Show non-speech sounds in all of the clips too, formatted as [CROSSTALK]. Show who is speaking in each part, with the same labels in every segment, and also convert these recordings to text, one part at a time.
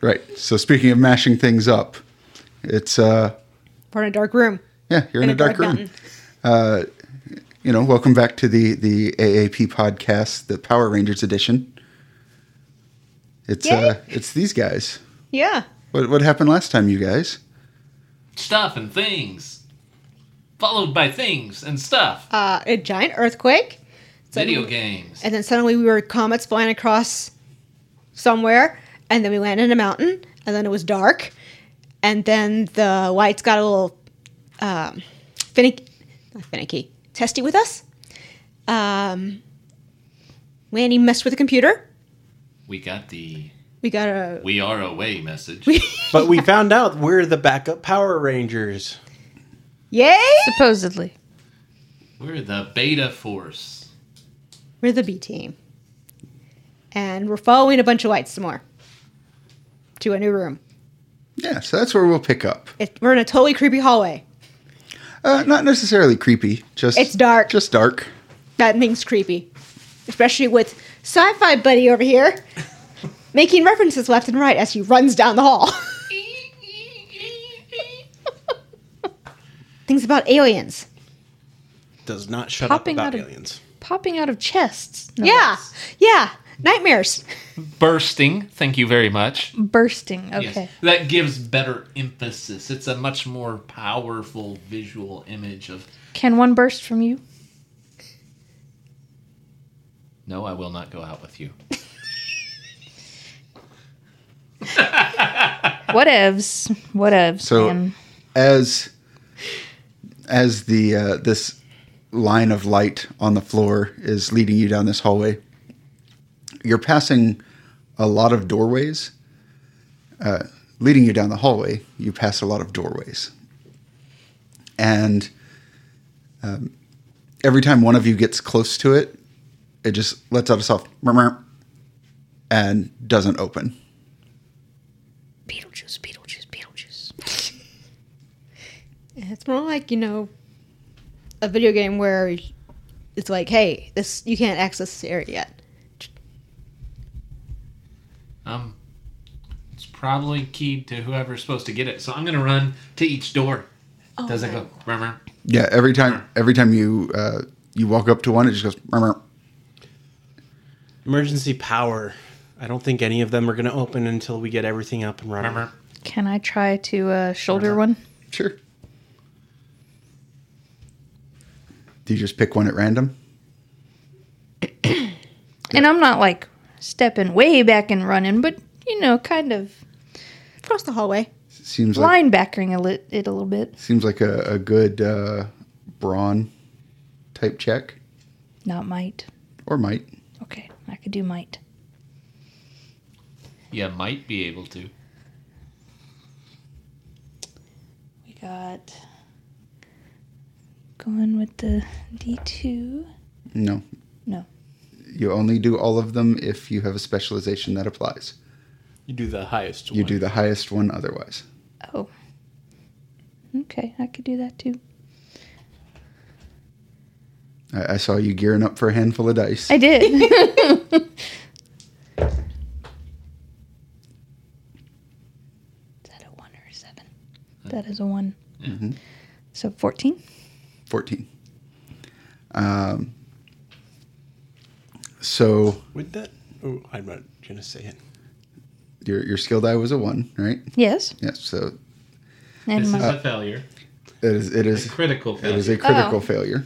Speaker 1: Right. So speaking of mashing things up, it's uh
Speaker 2: We're in a dark room.
Speaker 1: yeah, you're in, a dark, room.
Speaker 2: mountain.
Speaker 1: You know, welcome back to the the AAP podcast, the Power Rangers edition. It's
Speaker 2: Yay.
Speaker 1: uh it's these guys.
Speaker 2: Yeah.
Speaker 1: What what happened last time, you guys?
Speaker 3: Stuff and things. Followed by things and stuff.
Speaker 2: Uh, a giant earthquake.
Speaker 3: Video games.
Speaker 2: And then suddenly we were comets flying across somewhere. And then we landed in a mountain. And then it was dark. And then the whites got a little um, finicky, not finicky, testy with us. Um, Lanny messed with the computer.
Speaker 3: We got the
Speaker 2: We got a.
Speaker 3: we are away message.
Speaker 4: But we found out we're the backup Power Rangers.
Speaker 2: Yay!
Speaker 5: Supposedly.
Speaker 3: [LAUGHS] We're the beta force.
Speaker 2: We're the B team. And we're following a bunch of whites some more to a new room.
Speaker 1: Yeah, so that's where we'll pick up.
Speaker 2: It, we're in a totally creepy hallway.
Speaker 1: Uh, not necessarily creepy, just
Speaker 2: It's dark.
Speaker 1: Just dark.
Speaker 2: That thing's creepy. Especially with sci fi buddy over here [LAUGHS] making references left and right as he runs down the hall. [LAUGHS] Things about aliens.
Speaker 4: Does not shut
Speaker 5: Popping
Speaker 4: up
Speaker 5: out
Speaker 4: about
Speaker 5: of-
Speaker 4: aliens.
Speaker 5: Popping out of chests. No,
Speaker 2: Yeah. Yeah. Nightmares.
Speaker 3: Bursting. Thank you very much.
Speaker 5: Bursting.
Speaker 3: Yes.
Speaker 5: Okay.
Speaker 3: That gives better emphasis. It's a much more powerful visual image of
Speaker 5: Can one burst from you?
Speaker 3: No, I will not go out with you.
Speaker 5: Whatevs. Whatevs.
Speaker 1: So-
Speaker 5: man.
Speaker 1: as as the uh, this line of light on the floor is leading you down this hallway, you're passing a lot of doorways. Uh, leading you down the hallway, you pass a lot of doorways, and um, every time one of you gets close to it, it just lets out a soft murmur and doesn't open.
Speaker 5: Beetlejuice, Beetlejuice, Beetlejuice.
Speaker 2: It's more like, you know, a video game where it's like, hey, this you can't access this area yet.
Speaker 3: Um it's probably keyed to whoever's supposed to get it. So I'm gonna run to each door. Doesn't go murmur.
Speaker 1: Yeah, every time every time you uh, you walk up to one, it just goes murmur.
Speaker 4: Emergency power. I don't think any of them are going to open until we get everything up and running.
Speaker 3: Murmur.
Speaker 5: Can I try to uh, shoulder one?
Speaker 1: Sure. Do you just pick one at random?
Speaker 5: And I'm not like stepping way back and running, but you know, kind of
Speaker 2: Across the hallway.
Speaker 1: Seems like
Speaker 5: linebackering a lit- it a little bit.
Speaker 1: seems like a, a good uh, brawn type check
Speaker 5: Not might.
Speaker 1: or might.
Speaker 5: Okay, I could do might.
Speaker 3: Yeah, might be able to.
Speaker 5: We got going with the D2.
Speaker 1: No,
Speaker 5: No.
Speaker 1: you only do all of them if you have a specialization that applies.
Speaker 4: You do the highest
Speaker 1: You do the highest one otherwise.
Speaker 5: Oh. Okay, I could do that too.
Speaker 1: I, I saw you gearing up for a handful of dice.
Speaker 5: I did. Is that a one or a seven? That is a one. So 14?
Speaker 1: Fourteen. Um, so
Speaker 4: Would that. Oh, I'm not going to say it.
Speaker 1: your your skill die was a one, right?
Speaker 5: Yes.
Speaker 1: Yes. So
Speaker 5: And
Speaker 3: This is
Speaker 5: my,
Speaker 3: a failure.
Speaker 1: it is it
Speaker 3: It's
Speaker 1: is
Speaker 3: a critical
Speaker 1: it
Speaker 3: failure.
Speaker 1: is a critical
Speaker 5: Oh.
Speaker 1: failure.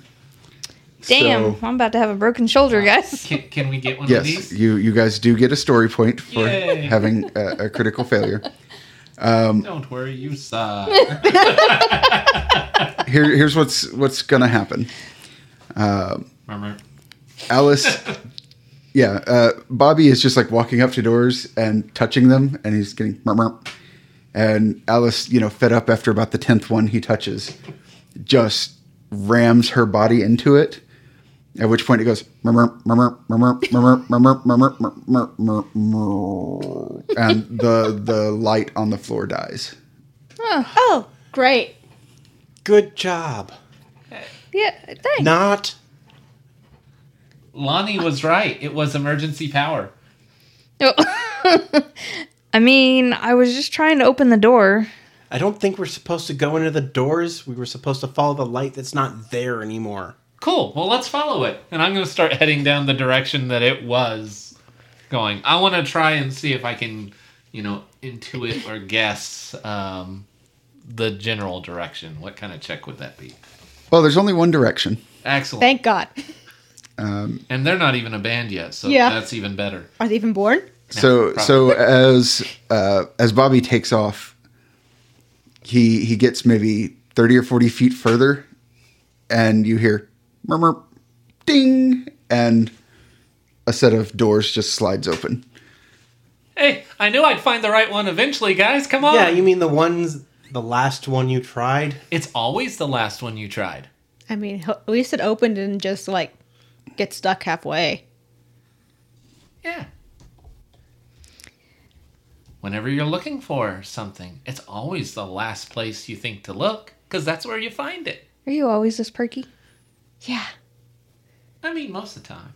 Speaker 5: damn,
Speaker 1: so-
Speaker 5: I'm about to have a broken shoulder, guys.
Speaker 3: Can, can we get one of
Speaker 1: Yes,
Speaker 3: these?
Speaker 1: you you guys do get a story point for
Speaker 3: Yay.
Speaker 1: having a, a critical failure.
Speaker 3: Don't worry,
Speaker 2: [LAUGHS]
Speaker 3: you suck.
Speaker 1: Here, here's what's what's gonna happen.
Speaker 3: Murmur.
Speaker 1: Alice, yeah, uh, Bobby is just like walking up to doors and touching them, and he's getting murmur. And Alice, you know, fed up after about the tenth one he touches, just rams her body into it. At which point it goes murmur, murmur, murmur, murmur, murmur, murmur, murmur, murmur, murmur, and the the light on the floor dies.
Speaker 2: Oh, great.
Speaker 4: Good job.
Speaker 5: yeah, thanks.
Speaker 4: Not.
Speaker 3: Lonnie was right. It was emergency power.
Speaker 5: Oh. [LAUGHS] I mean, I was just trying to open the door.
Speaker 4: I don't think we're supposed to go into the doors. We were supposed to follow the light that's not there anymore.
Speaker 3: Cool. Well, let's follow it. And I'm going to start heading down the direction that it was going. I want to try and see if I can, you know, intuit or guess um, the general direction. What kind of check would that be?
Speaker 1: Well, there's only one direction.
Speaker 3: Excellent.
Speaker 2: Thank God.
Speaker 3: and they're not even a band yet, so
Speaker 2: Yeah.
Speaker 3: that's even better.
Speaker 2: Are they even born?
Speaker 1: so so as uh, as Bobby takes off, he he gets maybe thirty or forty feet further, and you hear murmur, ding, and a set of doors just slides open.
Speaker 3: Hey, I knew I'd find the right one eventually, guys. Come
Speaker 5: Oh.
Speaker 3: on.
Speaker 4: Yeah, you mean the ones, the last one you tried?
Speaker 3: it's always the last one you tried.
Speaker 2: I mean, ho- at least it opened and just like get stuck halfway.
Speaker 3: Yeah. Whenever you're looking for something, it's always the last place you think to look because that's where you find it.
Speaker 5: Are you always this perky?
Speaker 2: Yeah.
Speaker 3: I mean, most of the time.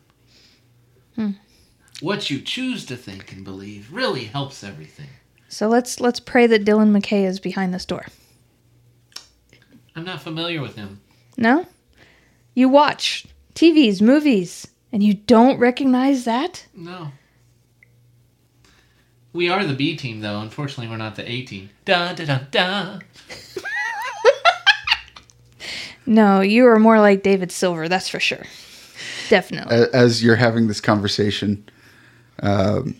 Speaker 3: What you choose to think and believe really helps everything.
Speaker 5: So let's let's pray that Dylan McKay is behind this door.
Speaker 3: I'm not familiar with him.
Speaker 5: No? You watch TVs, movies, and you don't recognize that?
Speaker 3: No. We are the B team, though. Unfortunately, we're not the A team. Da da da da.
Speaker 5: No, you are more like David Silver, that's for sure. Definitely.
Speaker 1: A- As you're having this conversation, um,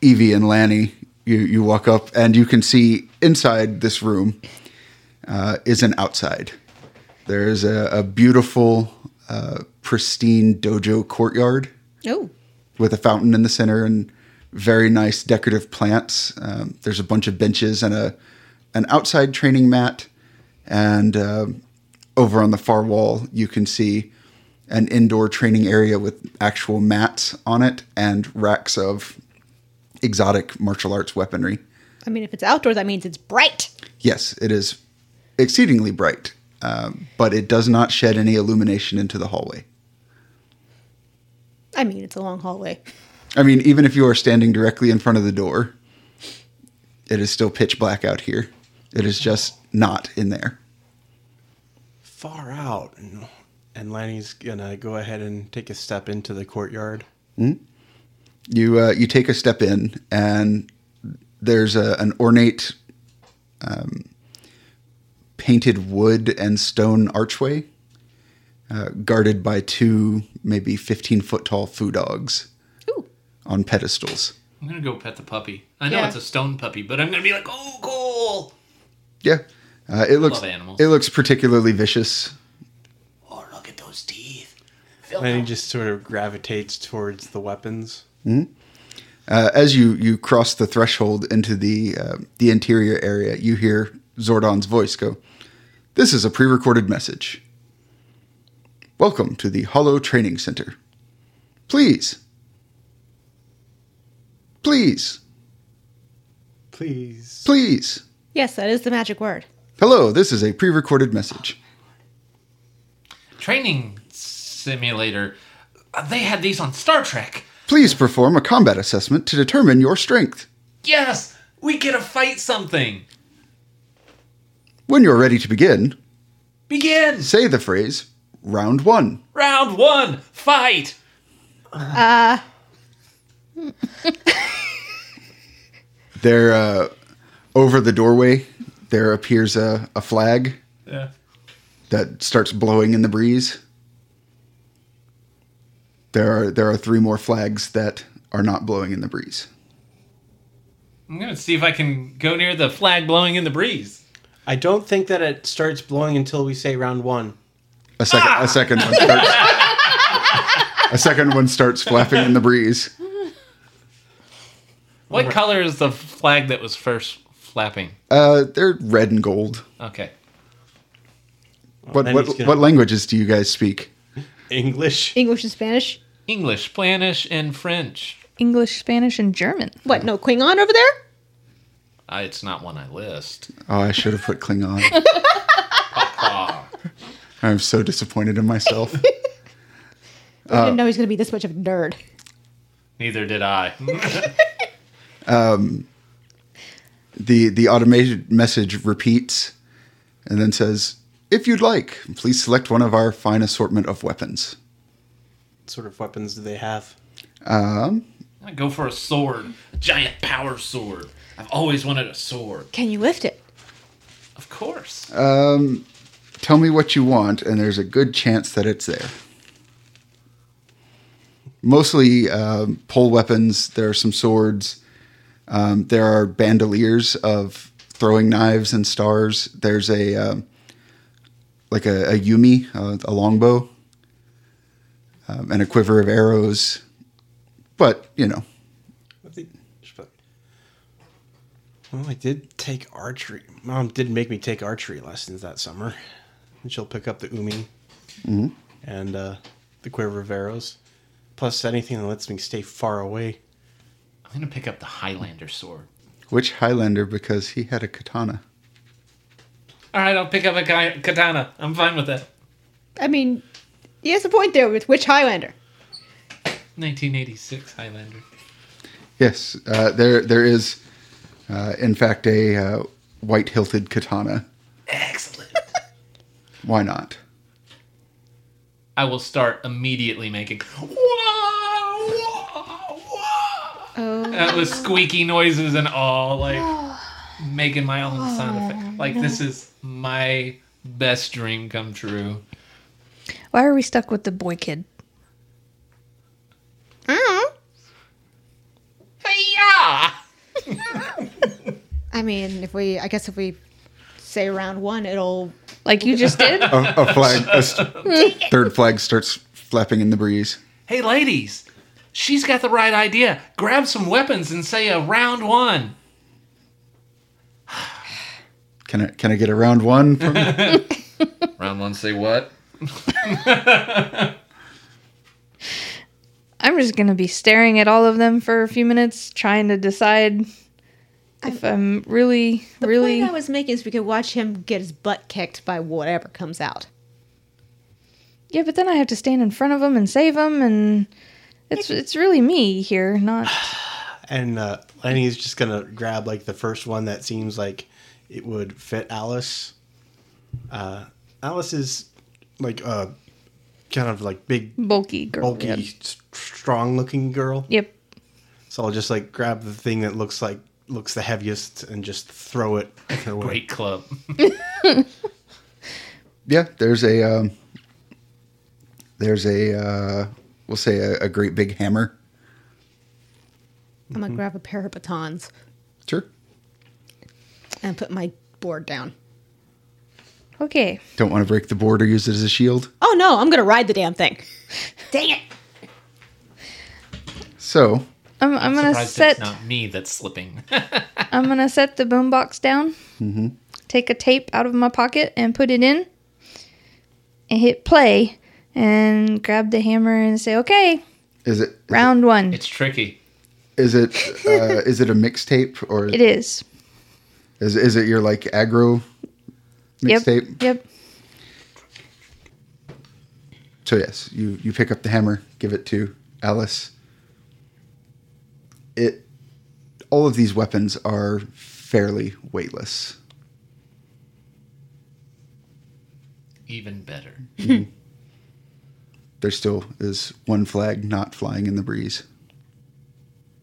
Speaker 1: Evie and Lanny, you you walk up and you can see inside this room uh, is an outside. There is a, a beautiful, uh, pristine dojo courtyard.
Speaker 2: Oh.
Speaker 1: with a fountain in the center and very nice decorative plants. Um, there's a bunch of benches and a an outside training mat, and um, over on the far wall you can see an indoor training area with actual mats on it and racks of exotic martial arts weaponry.
Speaker 2: I mean, if it's outdoor, that means it's bright.
Speaker 1: Yes, it is exceedingly bright, um, but it does not shed any illumination into the hallway.
Speaker 2: I mean, it's a long hallway.
Speaker 1: I mean, even if you are standing directly in front of the door, it is still pitch black out here. It is just not in there.
Speaker 4: Far out. And, and Lanny's gonna go ahead and take a step into the courtyard.
Speaker 1: You uh, you take a step in, and there's a, an ornate um, painted wood and stone archway, uh, guarded by two maybe 15 foot tall foo dogs
Speaker 2: Ooh.
Speaker 1: on pedestals.
Speaker 3: I'm gonna go pet the puppy. I know
Speaker 2: Yeah.
Speaker 3: it's a stone puppy, but I'm gonna be like, oh, cool.
Speaker 1: Yeah, uh, it looks
Speaker 3: love animals.
Speaker 1: it looks particularly vicious.
Speaker 3: Oh, look at those teeth.
Speaker 4: Lanny just sort of gravitates towards the weapons.
Speaker 1: Uh, as you you cross the threshold into the uh, the interior area, you hear Zordon's voice go, "This is a pre-recorded message. Welcome to the Hollow Training Center. Please, please,
Speaker 4: Please.
Speaker 1: please.
Speaker 2: Yes, that is the magic word.
Speaker 1: Hello, this is a pre-recorded message.
Speaker 3: Training simulator. Uh, They had these on Star Trek.
Speaker 1: Please perform a combat assessment to determine your strength.
Speaker 3: Yes, we get to fight something.
Speaker 1: When you're ready to begin,
Speaker 3: Begin.
Speaker 1: say the phrase." Round one.
Speaker 3: Round one. Fight.
Speaker 1: There, uh, over the doorway, there appears a, a flag
Speaker 3: Yeah.
Speaker 1: that starts blowing in the breeze. There are there are three more flags that are not blowing in the breeze.
Speaker 3: I'm gonna see if I can go near the flag blowing in the breeze.
Speaker 4: I don't think that it starts blowing until we say round one.
Speaker 1: A second a second one starts A second one starts flapping in the breeze.
Speaker 3: What color is the flag that was first flapping?
Speaker 1: Uh, they're red and gold.
Speaker 3: Okay.
Speaker 1: What
Speaker 4: Oh, then
Speaker 1: what,
Speaker 4: he's gonna-
Speaker 1: what languages do you guys speak?
Speaker 4: English.
Speaker 2: English and Spanish.
Speaker 3: English, Spanish, and French.
Speaker 5: English, Spanish, and German.
Speaker 2: What? No Klingon over there?
Speaker 3: Uh, it's not one I list.
Speaker 1: Oh, I should have put
Speaker 4: [LAUGHS]
Speaker 1: Klingon. I'm so disappointed in myself.
Speaker 2: I didn't know he's going to be this much of a nerd.
Speaker 3: Neither did I.
Speaker 1: the the automated message repeats and then says, "If you'd like, please select one of our fine assortment of weapons."
Speaker 4: What sort of weapons do they have?
Speaker 1: Um,
Speaker 3: I go for a sword, a giant power sword. I've always wanted a sword.
Speaker 2: Can you lift it?
Speaker 3: Of course.
Speaker 1: tell me what you want, and there's a good chance that it's there. Mostly um, pole weapons. There are some swords. Um, there are bandoliers of throwing knives and stars. There's a um, like a, a yumi, a, a longbow, um, and a quiver of arrows. But you know,
Speaker 4: I think- Well, I did take archery. Mom did make me take archery lessons that summer. And she'll pick up the umi and uh, the quiver of arrows, plus anything that lets me stay far away.
Speaker 3: I'm gonna pick up the Highlander sword.
Speaker 1: which Highlander because he had a katana.
Speaker 3: All right, I'll pick up a ki- katana. I'm fine with that.
Speaker 2: I mean, he has a point there with which Highlander.
Speaker 3: 1986 Highlander.
Speaker 1: Yes, uh, there there is, uh, in fact, a uh, white hilted katana.
Speaker 3: Excellent.
Speaker 1: [LAUGHS] Why not?
Speaker 3: I will start immediately making. "Wah, wah, wah."
Speaker 2: Oh,
Speaker 3: That was squeaky noises and all,
Speaker 5: [SIGHS]
Speaker 3: like making my own sound
Speaker 5: Oh,
Speaker 3: effect. Like this is my best dream come true.
Speaker 5: Why are we stuck with the boy kid?
Speaker 3: Hey-ya!
Speaker 2: I mean, if we, I guess if we say round one, it'll.
Speaker 5: Like you just did?
Speaker 1: A, a flag, a st- third flag starts flapping in the breeze.
Speaker 3: Hey, ladies, she's got the right idea. Grab some weapons and say a round one.
Speaker 1: Can I can I get a round one? From
Speaker 3: Round one, say what?
Speaker 5: I'm just gonna be staring at all of them for a few minutes, trying to decide if I'm really,
Speaker 2: The
Speaker 5: really.
Speaker 2: point I was making is we could watch him get his butt kicked by whatever comes out.
Speaker 5: yeah, but then I have to stand in front of them and save them, and it's it's really me here, not.
Speaker 4: And uh, Lenny's just gonna grab like the first one that seems like it would fit Alice. Uh, Alice is like a kind of like big,
Speaker 5: bulky girl.
Speaker 4: bulky,
Speaker 5: Yep.
Speaker 4: s- strong-looking girl.
Speaker 5: Yep.
Speaker 4: So I'll just like grab the thing that looks like looks the heaviest and just throw it her way.
Speaker 3: Great club.
Speaker 1: yeah, there's a um, there's a uh, we'll say a, a great big hammer.
Speaker 2: I'm gonna grab a pair of batons
Speaker 1: Sure.
Speaker 2: and put my board down.
Speaker 5: Okay.
Speaker 1: Don't want to break the board or use it as a shield.
Speaker 2: Oh no, I'm gonna ride the damn thing. Dang it!
Speaker 1: So
Speaker 5: I'm I'm gonna
Speaker 3: Surprised
Speaker 5: set
Speaker 3: it's not me that's slipping. [LAUGHS]
Speaker 5: I'm gonna set the boombox down. Take a tape out of my pocket and put it in, and hit play, and grab the hammer and say, "Okay,
Speaker 1: is it
Speaker 5: round one."
Speaker 3: it's tricky.
Speaker 1: Is it uh, is it a mixtape or
Speaker 5: It is.
Speaker 1: is is it your like aggro
Speaker 5: Yep.
Speaker 1: mixtape?
Speaker 5: Yep.
Speaker 1: So yes, you you pick up the hammer, give it to Alice. It all of these weapons are fairly weightless.
Speaker 3: Even better.
Speaker 1: There still is one flag not flying in the breeze.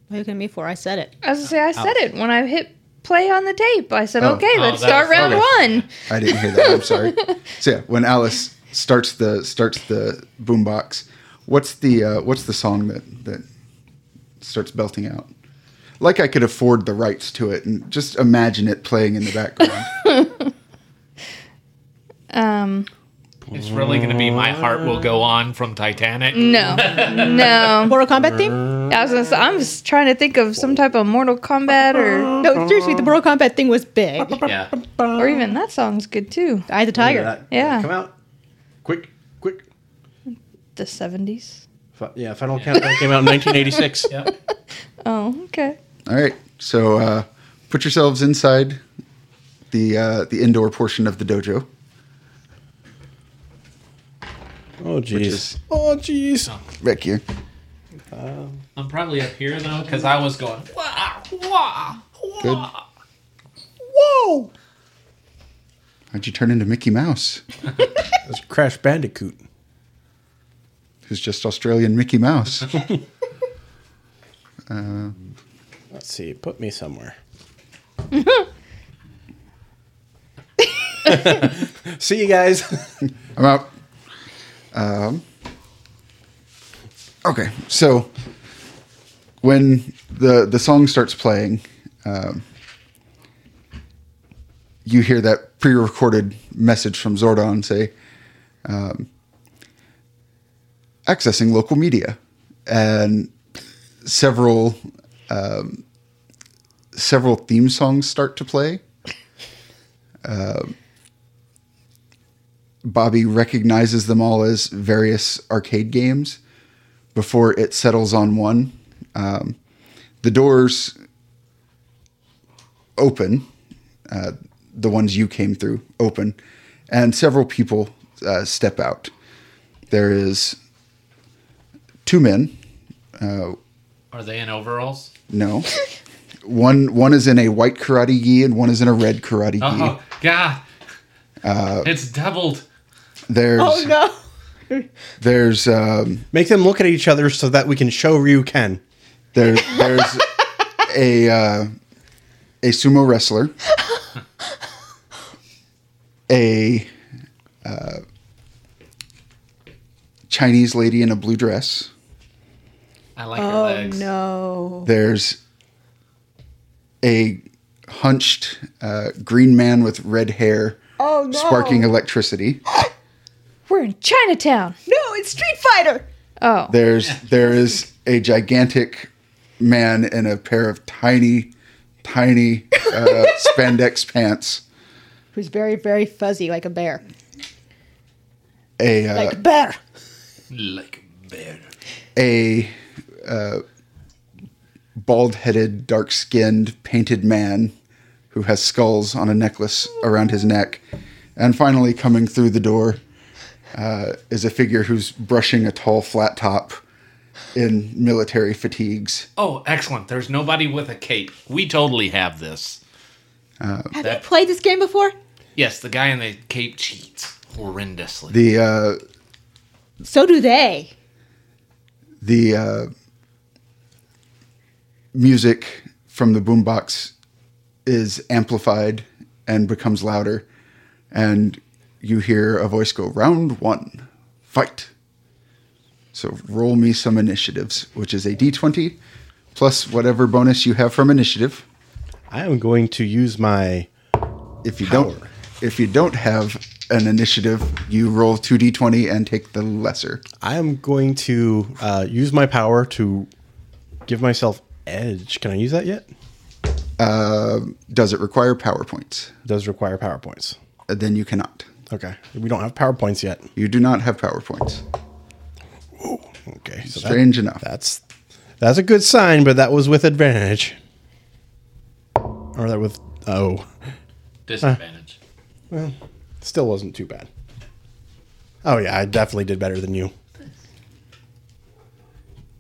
Speaker 2: What are you looking at me for? I said it.
Speaker 5: I was gonna say I said it when I hit play on the tape. I said,
Speaker 1: Oh.
Speaker 5: "Okay,
Speaker 3: Oh,
Speaker 5: let's
Speaker 3: that
Speaker 5: start
Speaker 3: was-
Speaker 5: round
Speaker 3: okay.
Speaker 5: one."
Speaker 1: I didn't hear that. I'm sorry. So yeah, when Alice starts the starts the boombox, what's the uh, what's the song that that starts belting out? Like I could afford the rights to it and just imagine it playing in the background.
Speaker 5: Um,
Speaker 3: It's really going to be my heart will go on from Titanic.
Speaker 5: no, no.
Speaker 2: Mortal Kombat theme?
Speaker 5: I was gonna say, I'm just trying to think of some type of Mortal Kombat
Speaker 2: [LAUGHS]
Speaker 5: or
Speaker 2: No, seriously, the Mortal Kombat thing was big.
Speaker 3: Yeah.
Speaker 5: or even that song's good too.
Speaker 2: I the
Speaker 4: Look at
Speaker 2: Tiger.
Speaker 4: that.
Speaker 5: Yeah.
Speaker 4: Come out. Quick, quick.
Speaker 5: The 70s.
Speaker 4: If I- yeah, Final Countdown came out in 1986.
Speaker 3: Yep.
Speaker 5: Oh, okay.
Speaker 1: All right, so uh, put yourselves inside the uh, the indoor portion of the dojo.
Speaker 4: Oh,
Speaker 1: is-
Speaker 4: jeez. Oh, jeez.
Speaker 1: Back here.
Speaker 3: I'm probably up here though because I was going. Wow, wow, Wah!
Speaker 1: Good.
Speaker 3: Wah!
Speaker 1: Whoa! How'd you turn into Mickey Mouse?
Speaker 4: That's Crash Bandicoot.
Speaker 1: Who's just Australian Mickey Mouse?
Speaker 4: Let's see. Put me somewhere. [LAUGHS] see you guys. [LAUGHS]
Speaker 1: I'm out. Um, okay, so when the the song starts playing, um, you hear that pre-recorded message from Zordon say, um, "Accessing local media," and several um, several theme songs start to play. Bobby recognizes them all as various arcade games before it settles on one. Um, the doors open, uh, the ones you came through open, and several people uh, step out. There is two men.
Speaker 3: Are they in overalls?
Speaker 2: [LAUGHS]
Speaker 1: No, one one is in a white karate gi and one is in a red karate gi.
Speaker 2: Uh-huh.
Speaker 3: Oh God!
Speaker 2: Uh,
Speaker 3: it's doubled.
Speaker 1: There's
Speaker 2: Oh no.
Speaker 1: there's um,
Speaker 4: Make them look at each other so that we can show Ryu Ken.
Speaker 1: There, there's a uh, a sumo wrestler, a uh, Chinese lady in a blue dress.
Speaker 3: I like her
Speaker 2: Oh
Speaker 3: legs.
Speaker 2: no.
Speaker 1: There's a hunched uh, green man with red hair,
Speaker 2: Oh no.
Speaker 1: sparking electricity.
Speaker 5: We're in Chinatown.
Speaker 2: No, it's Street Fighter.
Speaker 5: Oh,
Speaker 1: There's there is a gigantic man in a pair of tiny, tiny uh, spandex pants.
Speaker 2: Who's very very fuzzy like a bear.
Speaker 1: A uh,
Speaker 2: Like a bear.
Speaker 3: Like a bear.
Speaker 1: a uh, bald-headed, dark-skinned, painted man who has skulls on a necklace around his neck, and finally coming through the door uh, is a figure who's brushing a tall flat top in military fatigues.
Speaker 3: Oh, excellent. There's nobody with a cape. We totally have this.
Speaker 2: Have
Speaker 3: That-
Speaker 2: you played this game before?
Speaker 3: Yes, the guy in the cape cheats horrendously.
Speaker 1: The uh,
Speaker 2: So do they.
Speaker 1: the uh, music from the boombox is amplified and becomes louder, and you hear a voice go, "Round one, fight." So roll me some initiatives, which is a d20 plus whatever bonus you have from initiative.
Speaker 4: I am going to use my.
Speaker 1: If you don't,
Speaker 4: Power.
Speaker 1: if you don't have an initiative, you roll two d20 and take the lesser.
Speaker 4: I am going to uh, use my power to give myself edge. Can I use that yet?
Speaker 1: Uh, Does it require power points?
Speaker 4: does require PowerPoints.
Speaker 1: Then you cannot.
Speaker 4: Okay. We don't have PowerPoints yet.
Speaker 1: You do not have power points.
Speaker 4: Okay. So that-
Speaker 1: Strange enough.
Speaker 4: that's that's a good sign, but that was with advantage. Or that with oh.
Speaker 3: Disadvantage.
Speaker 4: Still wasn't too bad. Oh yeah, I definitely did better than you.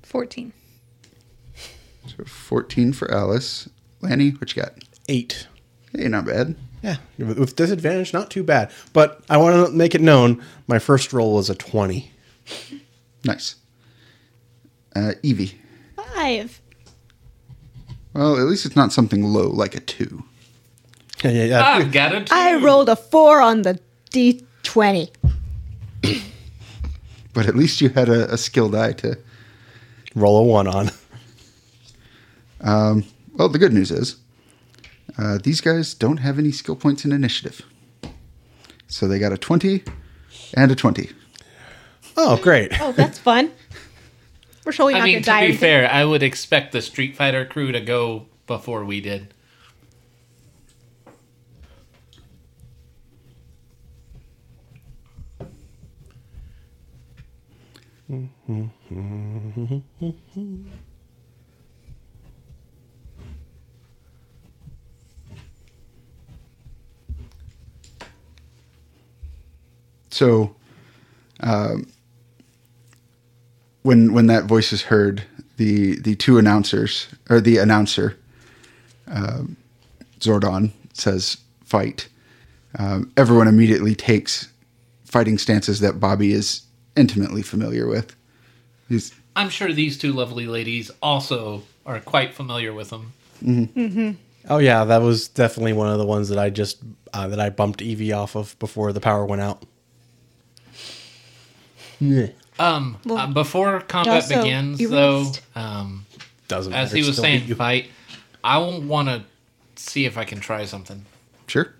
Speaker 5: 14.
Speaker 1: 14 for Alice. Lanny, what you got?
Speaker 4: Eight.
Speaker 1: Hey, not bad.
Speaker 4: Yeah. With, with disadvantage, not too bad. But I want to make it known my first roll was a twenty. [LAUGHS]
Speaker 1: Nice. Uh, Evie.
Speaker 2: Five.
Speaker 1: Well, at least it's not something low like a two.
Speaker 4: Yeah, yeah, yeah.
Speaker 3: Ah, got it.
Speaker 2: uh, I rolled a four on the D twenty.
Speaker 1: But at least you had a, a skilled eye to.
Speaker 4: Roll a one on.
Speaker 1: Well, the good news is uh, these guys don't have any skill points in initiative. So they got a 20 and a 20.
Speaker 4: Oh great.
Speaker 2: Oh, that's fun. [LAUGHS] We're surely
Speaker 3: I
Speaker 2: not
Speaker 3: mean,
Speaker 2: gonna
Speaker 3: to
Speaker 2: die.
Speaker 3: be
Speaker 2: anything.
Speaker 3: fair, I would expect the Street Fighter crew to go before we did.
Speaker 1: So, um, when when that voice is heard, the the two announcers or the announcer um, Zordon says fight. Um, everyone immediately takes fighting stances that Bobby is intimately familiar with. He's,
Speaker 3: I'm sure these two lovely ladies also are quite familiar with them.
Speaker 4: Oh yeah, that was definitely one of the ones that I just uh, that I bumped Evie off of before the power went out.
Speaker 3: Um,
Speaker 2: Well,
Speaker 3: uh, before combat
Speaker 2: also
Speaker 3: begins,
Speaker 2: erased.
Speaker 3: though, um,
Speaker 4: Doesn't
Speaker 3: as
Speaker 4: matter,
Speaker 3: he
Speaker 4: it's
Speaker 3: was
Speaker 4: still
Speaker 3: saying,
Speaker 4: beat you.
Speaker 3: fight. I want to see if I can try something.
Speaker 1: sure.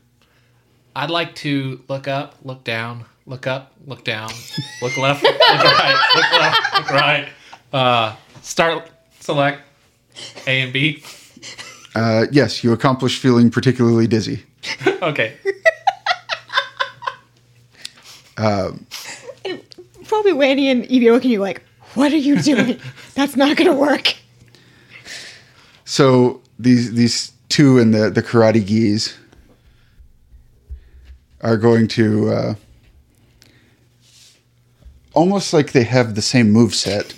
Speaker 3: I'd like to look up, look down, look up, look
Speaker 4: [LAUGHS]
Speaker 3: down, look left, look right, look left, look right. Uh, start, select A and B.
Speaker 1: Uh, yes, you accomplish feeling particularly dizzy.
Speaker 3: Okay.
Speaker 2: And probably Wendy and Evie are looking at you like, what are you [LAUGHS] doing? That's not going to work.
Speaker 1: So these these two in the the karate geese are going to uh, almost like they have the same move set,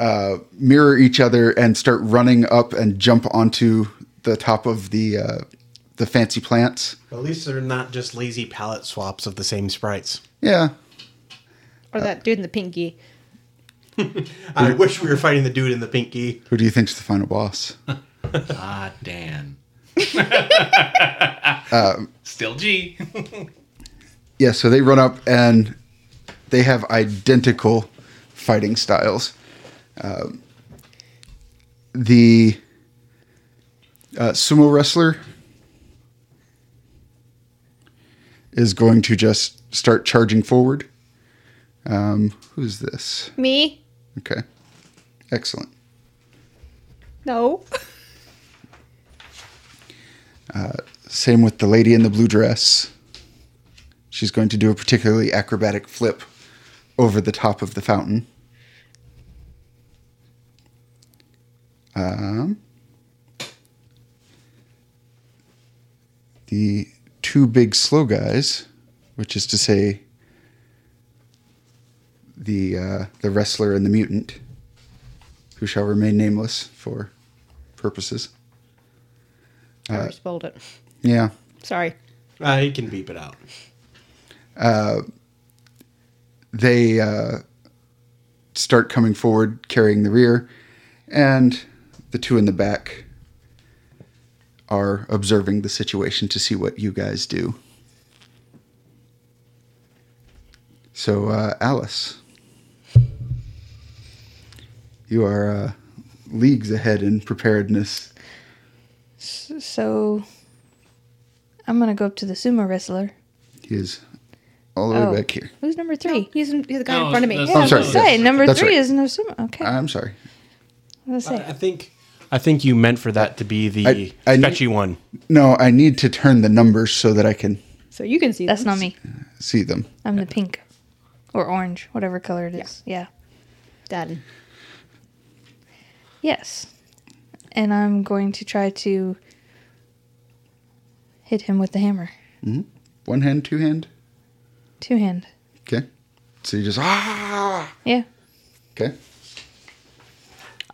Speaker 1: uh, mirror each other and start running up and jump onto the top of the uh, the fancy plants.
Speaker 4: At least they're not just lazy palette swaps of the same sprites.
Speaker 1: Yeah,
Speaker 2: Or that dude in the pinky.
Speaker 4: I wish we were fighting the dude in the pinky.
Speaker 1: who do you think's the final boss?
Speaker 3: Ah, [LAUGHS] Dan.
Speaker 1: Uh,
Speaker 3: Still G.
Speaker 1: Yeah, so they run up and they have identical fighting styles. Um, the uh, sumo wrestler is going to just start charging forward. Um, who's this?
Speaker 2: Me?
Speaker 1: Okay, excellent.
Speaker 2: No.
Speaker 1: Same with the lady in the blue dress. She's going to do a particularly acrobatic flip over the top of the fountain. Um, the two big slow guys, which is to say, the uh, the wrestler and the mutant, who shall remain nameless for purposes.
Speaker 2: I already spelled it.
Speaker 1: Yeah.
Speaker 2: Sorry.
Speaker 4: Uh, he can beep it out.
Speaker 1: they uh, start coming forward carrying the rear, and the two in the back are observing the situation to see what you guys do. So, uh, Alice, you are uh, leagues ahead in preparedness.
Speaker 5: So I'm gonna go up to the sumo wrestler.
Speaker 1: He is all the
Speaker 5: Oh.
Speaker 1: way back here.
Speaker 5: Who's number three?
Speaker 2: He's, he's the guy
Speaker 3: No,
Speaker 2: in front of me.
Speaker 3: that's-
Speaker 5: Yeah,
Speaker 1: I'm
Speaker 5: I was
Speaker 1: sorry,
Speaker 5: gonna say
Speaker 1: yes.
Speaker 5: number
Speaker 1: That's
Speaker 5: three
Speaker 1: right. Uh,
Speaker 5: is no sumo. Okay,
Speaker 1: I'm sorry.
Speaker 5: let's
Speaker 4: I I
Speaker 5: say
Speaker 4: think I think you meant for that to be the
Speaker 1: I- I knew-
Speaker 4: sketchy one.
Speaker 1: No, I need to turn the numbers so that I can
Speaker 2: So you can see
Speaker 5: that's
Speaker 2: them.
Speaker 5: not me.
Speaker 1: see them.
Speaker 5: I'm the pink or orange, whatever color it is. Yeah.
Speaker 2: Done.
Speaker 5: Yes, and I'm going to try to hit him with the hammer,
Speaker 1: One hand, two hand.
Speaker 5: two hand.
Speaker 1: Okay. So you just ah.
Speaker 5: Yeah.
Speaker 1: Okay.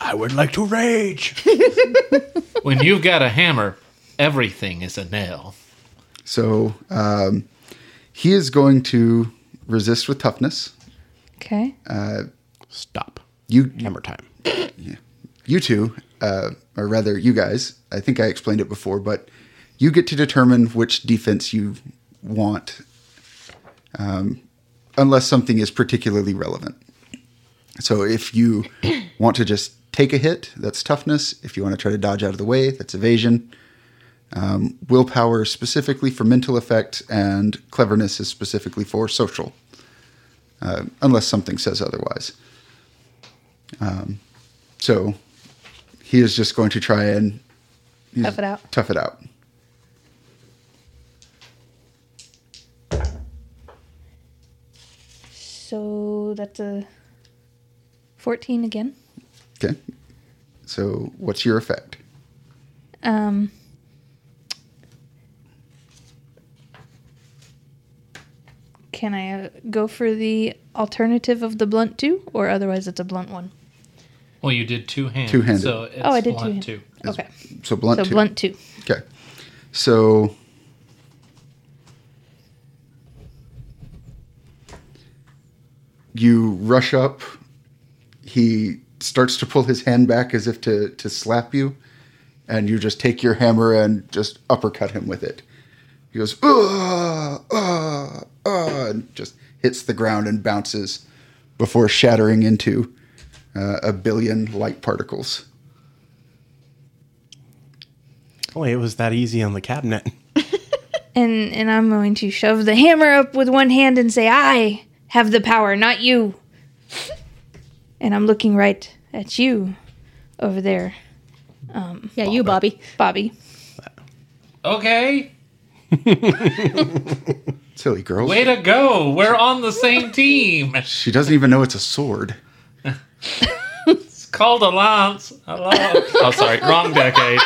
Speaker 4: I would like to rage.
Speaker 3: When you've got a hammer, everything is a nail.
Speaker 1: So um, he is going to resist with toughness.
Speaker 5: Okay.
Speaker 1: Uh.
Speaker 4: Stop.
Speaker 1: You
Speaker 4: Hammer time.
Speaker 1: you two, uh, or rather you guys. I think I explained it before, but you get to determine which defense you want, um, unless something is particularly relevant. So if
Speaker 5: [CLEARS THROAT]
Speaker 1: you want to just take a hit, that's toughness. If you want to try to dodge out of the way, that's evasion. Um, willpower is specifically for mental effect, and cleverness is specifically for social, uh, unless something says otherwise. Um, So he is just going to try and he's-
Speaker 5: Tough it out.
Speaker 1: Tough it out.
Speaker 5: So that's a fourteen again.
Speaker 1: Okay. So what's your effect?
Speaker 5: Um, can I uh, go for the alternative of the blunt two, or otherwise it's a blunt one?
Speaker 3: Well, you did two hands.
Speaker 1: Two-handed.
Speaker 3: So it's
Speaker 5: Oh, I did
Speaker 3: one,
Speaker 5: two-handed.
Speaker 3: two.
Speaker 5: Okay.
Speaker 1: So blunt.
Speaker 5: so
Speaker 1: two.
Speaker 5: blunt two.
Speaker 1: Okay. So you rush up. He starts to pull his hand back as if to, to slap you, and you just take your hammer and just uppercut him with it. He goes, ah, ah, ah, and just hits the ground and bounces before shattering into uh, a billion light particles.
Speaker 4: Boy, it was that easy on the cabinet.
Speaker 5: And and I'm going to shove the hammer up with one hand and say, I have the power, not you. and I'm looking right at you over there,
Speaker 2: Yeah, you, Bobby.
Speaker 5: Bobby.
Speaker 3: Okay,
Speaker 1: Silly girls.
Speaker 3: way to go. We're on the same team.
Speaker 1: She doesn't even know it's a sword.
Speaker 3: It's called a lance. A lance. [LAUGHS] Oh, sorry, wrong decade.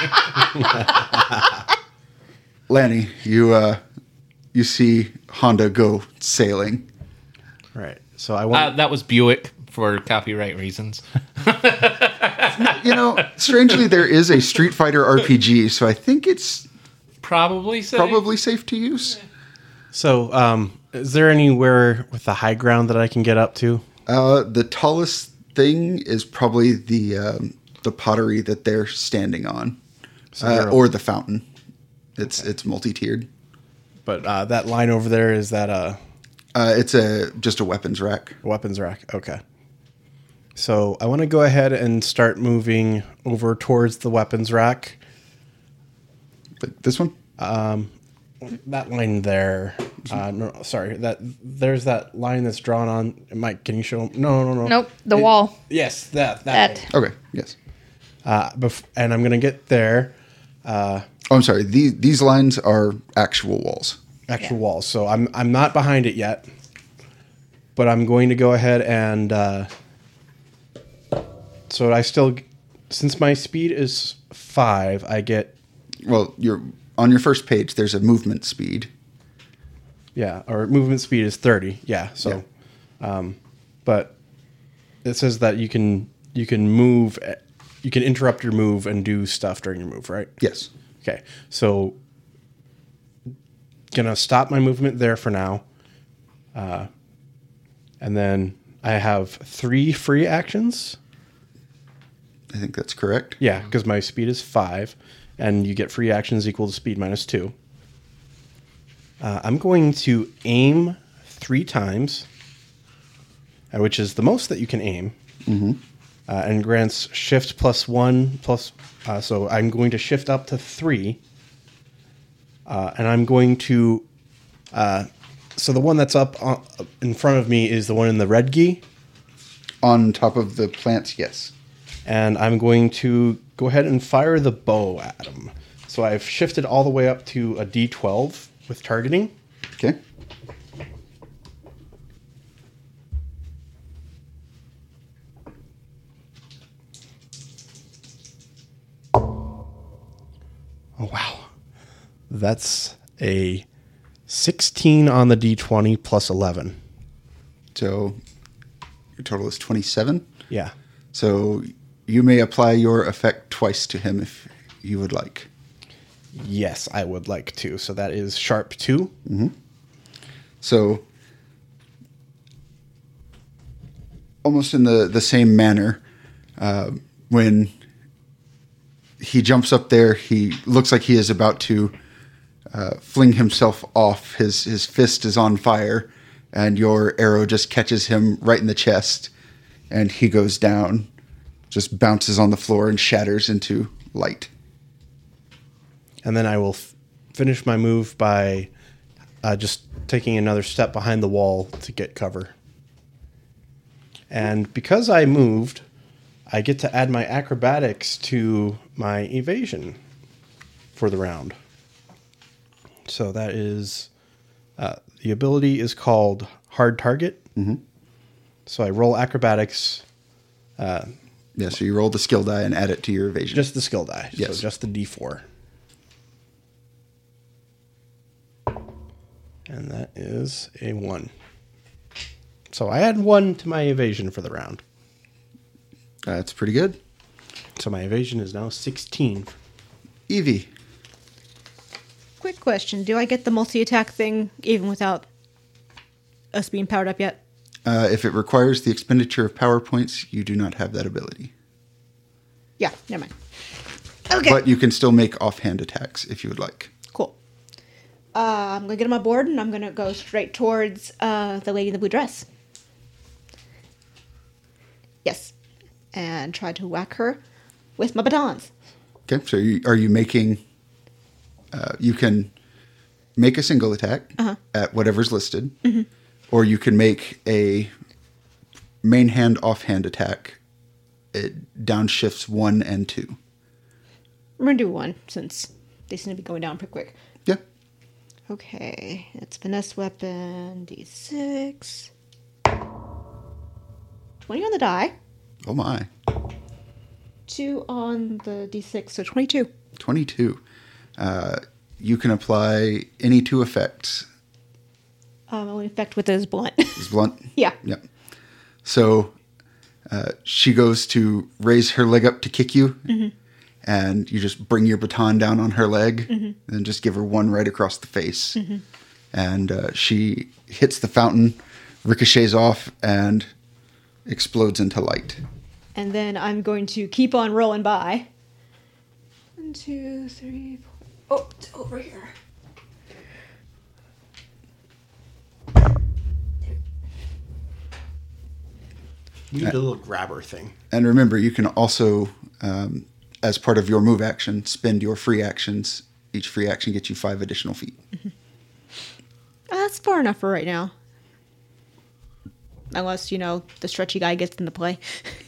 Speaker 1: Lanny, you uh, you see Honda go sailing.
Speaker 4: Right. So I
Speaker 3: Uh,
Speaker 4: want.
Speaker 3: that was Buick for copyright reasons.
Speaker 1: You know, strangely, there is a Street Fighter RPG, so I think it's
Speaker 3: Probably so.
Speaker 1: probably safe to use.
Speaker 4: so um, is there anywhere with the high ground that I can get up to?
Speaker 1: Uh, the tallest thing is probably the um, the pottery that they're standing on, uh,
Speaker 4: they're-
Speaker 1: or the fountain. It's it's multi tiered.
Speaker 4: But uh, that line over there is that uh,
Speaker 1: Uh, it's a just a weapons rack.
Speaker 4: weapons rack. Okay. So I want to go ahead and start moving over towards the weapons rack.
Speaker 1: Like this one.
Speaker 4: That line there. Uh, no, sorry. That there's that line that's drawn on. Mike, can you show? No, no, no.
Speaker 5: Nope, the
Speaker 4: It-
Speaker 5: wall.
Speaker 4: Yes, that. That.
Speaker 5: That.
Speaker 1: Okay. Yes.
Speaker 4: Uh, bef- and I'm gonna get there.
Speaker 1: Oh, I'm sorry. These these lines are actual walls.
Speaker 4: actual wall. So I'm I'm not behind it yet, but I'm going to go ahead and uh, so I still since my speed is five, I get
Speaker 1: Well, you're on your first page. There's a movement speed.
Speaker 4: yeah, or movement speed is thirty. Yeah, so,
Speaker 1: Yeah.
Speaker 4: Um, but it says that you can you can move, you can interrupt your move and do stuff during your move, right?
Speaker 1: Yes.
Speaker 4: Okay, so gonna stop my movement there for now, uh, and then I have three free actions.
Speaker 1: I think that's correct.
Speaker 4: Yeah, because my speed is five, and you get free actions equal to speed minus two. Uh, I'm going to aim three times, uh, which is the most that you can aim, uh, and grants shift plus one plus. Uh, so I'm going to shift up to three, uh, and I'm going to. Uh, so the one that's up on, in front of me is the one in the red gi,
Speaker 1: On top of the plants, yes.
Speaker 4: and I'm going to go ahead and fire the bow at him. So I've shifted all the way up to a D12 with targeting.
Speaker 1: Okay.
Speaker 4: Oh wow, that's a 16 on the D20 plus 11.
Speaker 1: So your total is 27.
Speaker 4: Yeah,
Speaker 1: So you may apply your effect twice to him if you would like.
Speaker 4: yes, I would like to. So that is sharp two.
Speaker 1: So almost in the, the same manner, uh, when he jumps up there, he looks like he is about to uh, fling himself off. His his fist is on fire, and your arrow just catches him right in the chest, and he goes down, just bounces on the floor and shatters into light.
Speaker 4: and then I will f- finish my move by uh, just taking another step behind the wall to get cover. And because I moved, I get to add my acrobatics to my evasion for the round. So that is uh, the ability is called Hard Target. Mm-hmm. So I roll acrobatics,
Speaker 1: Yeah, so you roll the skill die and add it to your evasion.
Speaker 4: just the skill die.
Speaker 1: Yes.
Speaker 4: So just the d4. And that is a one. So I add one to my evasion for the round.
Speaker 1: that's pretty good.
Speaker 4: So my evasion is now 16.
Speaker 1: Evie.
Speaker 2: Quick question: Do I get the multi-attack thing even without us being powered up yet?
Speaker 1: Uh, if it requires the expenditure of power points, you do not have that ability.
Speaker 2: Yeah, never mind. Okay,
Speaker 1: But you can still make offhand attacks if you would like.
Speaker 2: cool. Uh, I'm gonna get on my board and I'm gonna go straight towards uh, the lady in the blue dress. Yes, and try to whack her with my batons.
Speaker 1: Okay, so you, are you making? Uh, you can make a single attack at whatever's listed, or you can make a main hand offhand attack. It downshifts one and two.
Speaker 2: We're gonna do one since they seem to be going down pretty quick.
Speaker 1: Yeah,
Speaker 2: Okay, that's finesse weapon, d6. 20 on the die,
Speaker 1: Oh my.
Speaker 2: 2 on the d6, so 22.
Speaker 1: 22. Uh, you can apply any two effects.
Speaker 2: Um, only effect with it is blunt. [LAUGHS]
Speaker 1: Is blunt?
Speaker 2: yeah.
Speaker 1: Yep. So uh, she goes to raise her leg up to kick you, and you just bring your baton down on her leg and just give her one right across the face. And uh, she hits the fountain, ricochets off, and explodes into light.
Speaker 2: And then I'm going to keep on rolling by. One, two, three, four. Oh, it's over here.
Speaker 4: We need a little grabber thing.
Speaker 1: And remember, you can also, um, as part of your move action, spend your free actions. Each free action gets you five additional feet.
Speaker 2: Uh, that's far enough for right now. Unless, you know, the stretchy guy gets into play. [LAUGHS]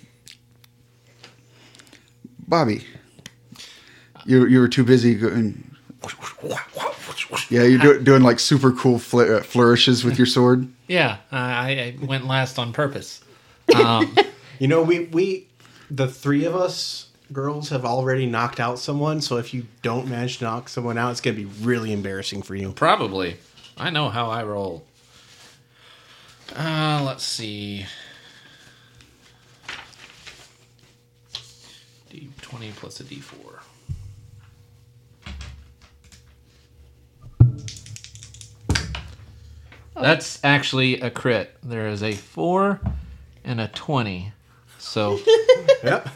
Speaker 1: Bobby, you you were too busy going. Yeah, you're do, doing like super cool fl- uh, flourishes with your sword.
Speaker 3: Yeah, I, I went last on purpose.
Speaker 4: You know, we we the three of us girls have already knocked out someone. So if you don't manage to knock someone out, it's gonna be really embarrassing for you.
Speaker 3: Probably. I know how I roll. Uh, let's see. D20 plus a D4. That's actually a crit. There is a 4 and a 20. So
Speaker 4: Yep.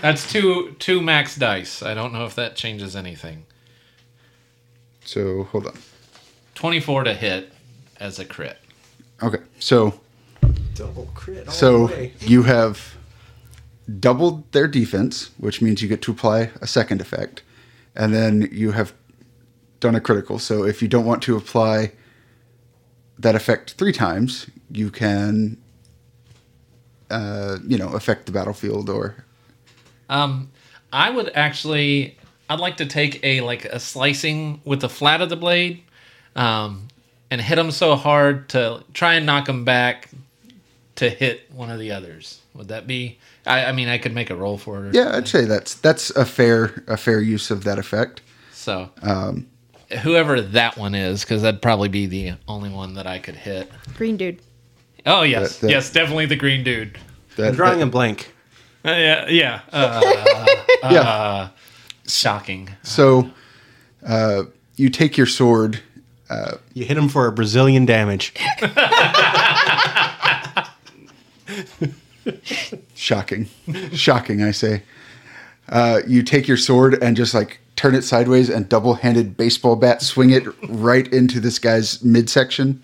Speaker 3: that's two two max dice. I don't know if that changes anything.
Speaker 1: So hold on.
Speaker 3: 24 to hit as a crit.
Speaker 1: Okay, so
Speaker 4: Double crit. All
Speaker 1: so
Speaker 4: the way.
Speaker 1: you have doubled their defense, which means you get to apply a second effect, and then you have done a critical. So if you don't want to apply that effect three times, you can, uh, you know, affect the battlefield or
Speaker 3: Um, I would actually, I'd like to take a like a slicing with the flat of the blade, um, and hit them so hard to try and knock them back to hit one of the others. Would that be? I, I mean, I could make a roll for it. or
Speaker 1: Yeah, I'd say that's that's a fair a fair use of that effect.
Speaker 3: So,
Speaker 1: Um,
Speaker 3: whoever that one is, because that'd probably be the only one that I could hit.
Speaker 2: Green dude.
Speaker 3: Oh yes,
Speaker 1: That- that-
Speaker 3: yes, definitely the green dude.
Speaker 1: That,
Speaker 4: I'm drawing
Speaker 1: that-
Speaker 4: a blank.
Speaker 3: Uh, yeah, yeah. Uh,
Speaker 1: yeah.
Speaker 3: shocking.
Speaker 1: so uh, you take your sword.
Speaker 4: You hit him for a Brazilian damage.
Speaker 1: Shocking, [LAUGHS] shocking, I say. Uh, you take your sword and just like turn it sideways and double-handed baseball bat swing it right into this guy's midsection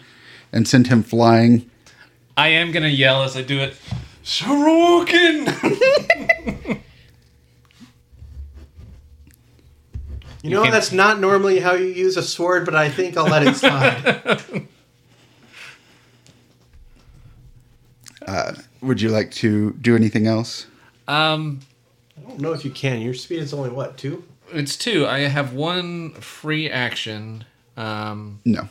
Speaker 1: and send him flying.
Speaker 3: I am gonna yell as I do it. Sorokin.
Speaker 4: You know, that's not normally how you use a sword, but I think I'll let [LAUGHS] it slide.
Speaker 1: Would you like to do anything else?
Speaker 3: [LAUGHS] um.
Speaker 4: I don't know if you can. Your speed is only what two?
Speaker 3: It's two. I have one free action. Um,
Speaker 1: No.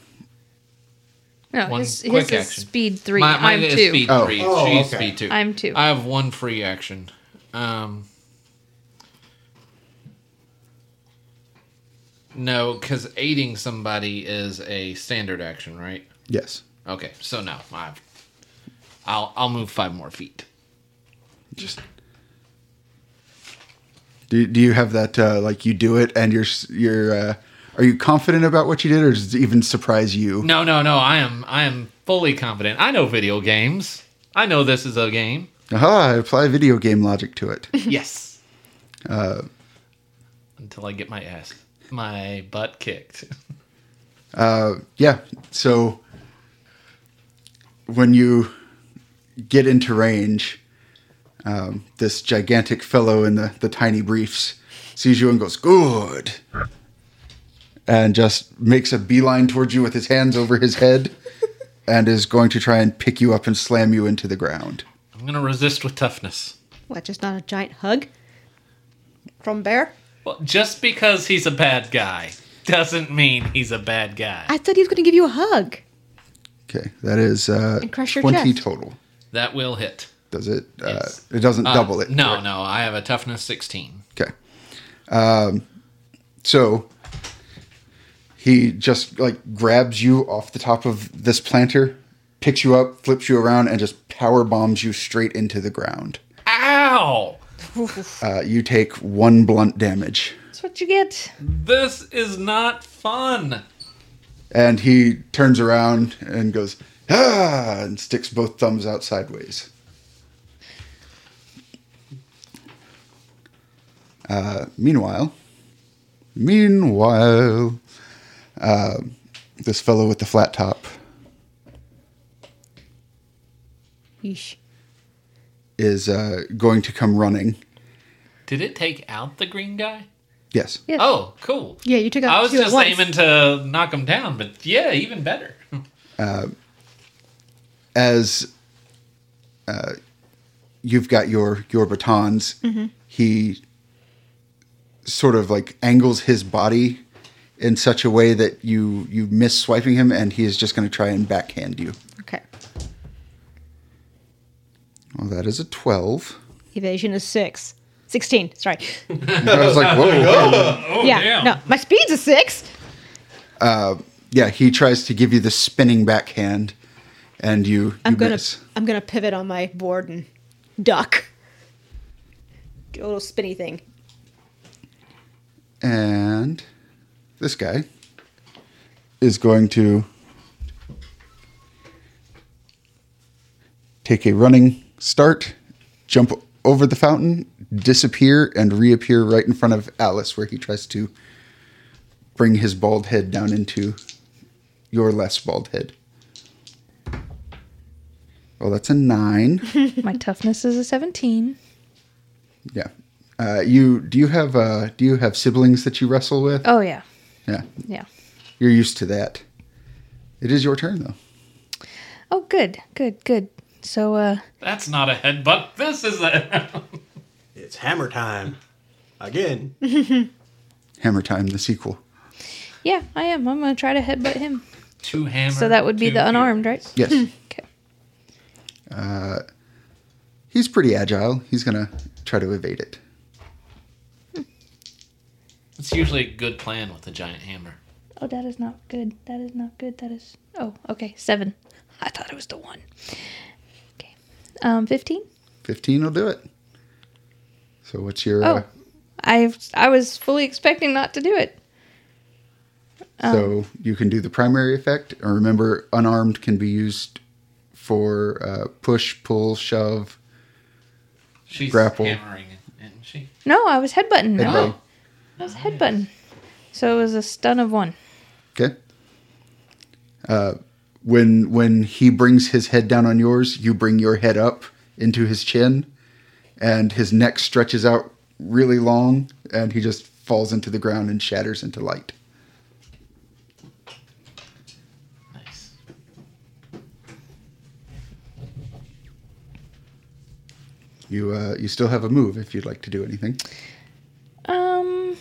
Speaker 5: No,
Speaker 3: One
Speaker 5: his,
Speaker 3: quick
Speaker 5: his is
Speaker 3: action.
Speaker 5: speed three.
Speaker 3: my, mine
Speaker 5: I'm
Speaker 3: is
Speaker 5: two.
Speaker 3: speed
Speaker 1: Oh.
Speaker 3: three.
Speaker 4: Oh,
Speaker 3: She's
Speaker 4: okay.
Speaker 3: speed two.
Speaker 5: I'm two.
Speaker 3: I have one free action. Um, no, because aiding somebody is a standard action, right?
Speaker 1: Yes.
Speaker 3: Okay, so no, I've, I'll I'll move five more feet.
Speaker 1: Just Do, do you have that uh, like you do it and you're s- you're uh, are you confident about what you did or does it even surprise you?
Speaker 3: No, no, no. I am I am fully confident. I know video games. I know this is a game.
Speaker 1: Aha! I apply video game logic to it. [LAUGHS]
Speaker 3: Yes.
Speaker 1: Uh,
Speaker 3: Until I get my ass, my butt kicked.
Speaker 1: yeah. So when you get into range, um, this gigantic fellow in the, the tiny briefs sees you and goes, Good. And just makes a beeline towards you with his hands over his head and is going to try and pick you up and slam you into the ground.
Speaker 3: I'm gonna resist with toughness.
Speaker 2: What, just not a giant hug from Bear?
Speaker 3: Well, just because he's a bad guy doesn't mean he's a bad guy.
Speaker 2: I thought he was going to give you a hug.
Speaker 1: Okay. That is uh,
Speaker 2: And
Speaker 1: 20
Speaker 2: crush your chest.
Speaker 1: total.
Speaker 3: that will hit.
Speaker 1: Does it? Uh,
Speaker 3: Yes.
Speaker 1: It doesn't
Speaker 3: Uh,
Speaker 1: double it.
Speaker 3: No,
Speaker 1: correct?
Speaker 3: no. I have a toughness 16.
Speaker 1: Okay. Um, so he just like grabs you off the top of this planter, picks you up, flips you around, and just power bombs you straight into the ground.
Speaker 3: Ow!
Speaker 1: Uh, you take one blunt damage,
Speaker 5: That's what you get.
Speaker 3: This is not fun.
Speaker 1: and he turns around and goes ah, and sticks both thumbs out sideways. Uh, meanwhile, meanwhile, uh, this fellow with the flat top
Speaker 2: Yeesh.
Speaker 1: is uh, going to come running.
Speaker 3: Did it take out the green guy?
Speaker 1: Yes.
Speaker 5: Yes.
Speaker 3: Oh, cool.
Speaker 2: Yeah, you took out
Speaker 3: I was
Speaker 2: two at
Speaker 3: just
Speaker 2: once.
Speaker 3: aiming to knock him down, but yeah, even better. [LAUGHS]
Speaker 1: As uh, you've got your your batons,
Speaker 2: Mm-hmm.
Speaker 1: he sort of like angles his body in such a way that you you miss swiping him, and he is just going to try and backhand you.
Speaker 2: Okay.
Speaker 1: Well, Oh, that is a twelve.
Speaker 2: Evasion is six. 16, sorry.
Speaker 1: [LAUGHS] I was [LAUGHS] like, whoa.
Speaker 2: yeah,
Speaker 3: damn.
Speaker 2: no, my speed's a six.
Speaker 1: yeah, he tries to give you the spinning backhand, and you.
Speaker 2: I'm
Speaker 1: you
Speaker 2: gonna
Speaker 1: miss.
Speaker 2: I'm gonna pivot on my board and duck. Do a little spinny thing.
Speaker 1: And this guy is going to take a running start, jump over the fountain, disappear, and reappear right in front of Alice, where he tries to bring his bald head down into your less bald head. Well, that's a nine.
Speaker 5: My toughness is a 17.
Speaker 1: yeah. Uh, you do you have uh, do you have siblings that you wrestle with?
Speaker 5: Oh, yeah.
Speaker 1: Yeah.
Speaker 5: Yeah.
Speaker 1: You're used to that. It is your turn, though.
Speaker 5: Oh, good. Good. Good. So, uh,
Speaker 3: That's not a headbutt. This is a. [LAUGHS]
Speaker 4: It's hammer time. Again.
Speaker 1: Hammer Time, the sequel.
Speaker 5: yeah, I am. I'm going to try to headbutt him.
Speaker 3: Two hammers.
Speaker 5: So that would be the unarmed, right?
Speaker 1: Yes.
Speaker 5: [LAUGHS]
Speaker 1: Uh,
Speaker 5: Okay.
Speaker 1: He's pretty agile. He's going to try to evade it.
Speaker 3: It's usually a good plan with a giant hammer.
Speaker 5: Oh, that is not good. That is not good. That is. Oh, okay. Seven. I thought it was the one. Okay. Um, fifteen.
Speaker 1: 15 will do it. So, what's your.
Speaker 5: Oh, I I was fully expecting not to do it.
Speaker 1: Uh,
Speaker 5: um,
Speaker 1: so, you can do the primary effect. And remember, unarmed can be used for uh, push, pull, shove,
Speaker 3: She's
Speaker 1: Grapple.
Speaker 3: hammering it, isn't she?
Speaker 5: No, I was
Speaker 1: head
Speaker 5: headbutting.
Speaker 1: bang.
Speaker 5: Oh, I was headbutting. So it was a stun of one.
Speaker 1: Okay. Uh, when when he brings his head down on yours, you bring your head up into his chin, and his neck stretches out really long, and he just falls into the ground and shatters into light.
Speaker 3: Nice.
Speaker 1: You uh, you still have a move if you'd like to do anything.
Speaker 5: Um.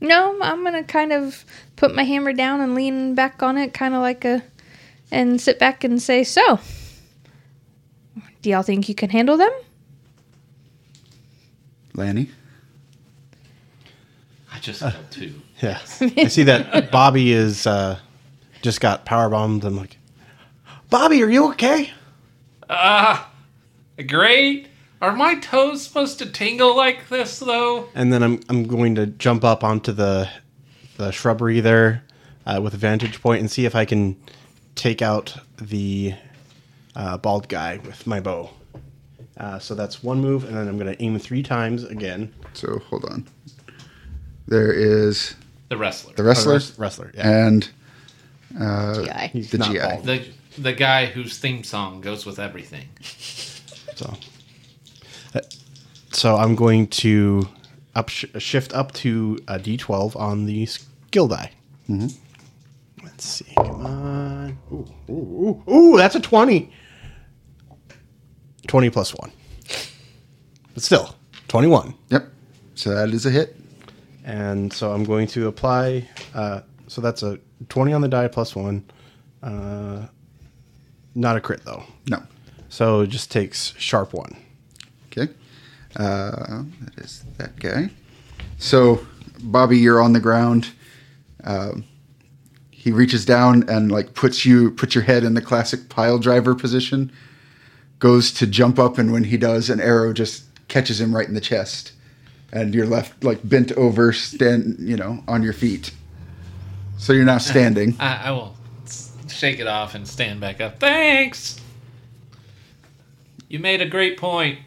Speaker 5: No, I'm gonna kind of put my hammer down and lean back on it, kind of like a, and sit back and say, "So, do y'all think you can handle them?"
Speaker 1: Lanny,
Speaker 3: I just killed two.
Speaker 4: Yeah. I see that Bobby is uh, just got power bombed. I'm like, Bobby, are you okay?
Speaker 3: Ah, [LAUGHS] great. Are my toes supposed to tingle like this though?
Speaker 4: And then I'm I'm going to jump up onto the the shrubbery there uh, with a vantage point and see if I can take out the uh, bald guy with my bow. Uh, so that's one move, and then I'm going to aim three times again.
Speaker 1: So hold on. There is
Speaker 3: The wrestler.
Speaker 1: the
Speaker 3: The
Speaker 1: wrestler
Speaker 4: Oh, Wrestler, wrestler, yeah.
Speaker 1: and Uh,
Speaker 2: GI.
Speaker 4: He's
Speaker 1: the
Speaker 4: not
Speaker 1: GI.
Speaker 4: bald,
Speaker 3: the, guy whose theme song goes with everything.
Speaker 4: so. Uh, so I'm going to up sh- shift up to a D12 on the skill die. Mm-hmm. Let's see. Come on. Ooh, ooh, ooh, ooh, that's a 20. 20 plus 1. But still, 21.
Speaker 1: Yep. So that is a hit.
Speaker 4: And so I'm going to apply. Uh, so that's a 20 on the die plus 1. Uh, not a crit, though.
Speaker 1: No.
Speaker 4: So it just takes sharp 1.
Speaker 1: Okay. Uh, that is that guy. So, Bobby, you're on the ground. Um, he reaches down and like puts you put your head in the classic pile driver position. Goes to jump up, and when he does, an arrow just catches him right in the chest, and you're left like bent over, stand you know on your feet. So you're now
Speaker 3: [LAUGHS]
Speaker 1: standing.
Speaker 3: I, I will s- shake it off and stand back up. Thanks. You made a great point.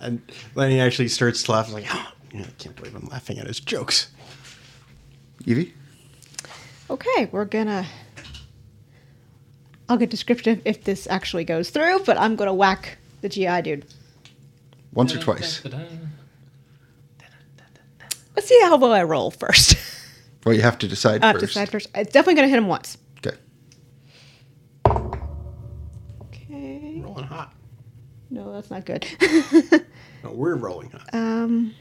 Speaker 4: And Lenny actually starts to laugh. He's like, "Ah, I can't believe I'm laughing at his jokes.
Speaker 1: Evie,
Speaker 2: Okay, we're gonna. I'll get descriptive if this actually goes through, but I'm gonna whack the GI dude.
Speaker 1: once or twice.
Speaker 2: Let's see how well I roll first. [LAUGHS]
Speaker 1: Well, you have to decide
Speaker 2: I have to
Speaker 1: first.
Speaker 2: Uh, decide first. It's definitely gonna hit him once.
Speaker 1: Okay.
Speaker 2: Okay.
Speaker 4: Rolling hot.
Speaker 2: No, that's not good. [LAUGHS]
Speaker 4: No, we're rolling hot.
Speaker 2: um.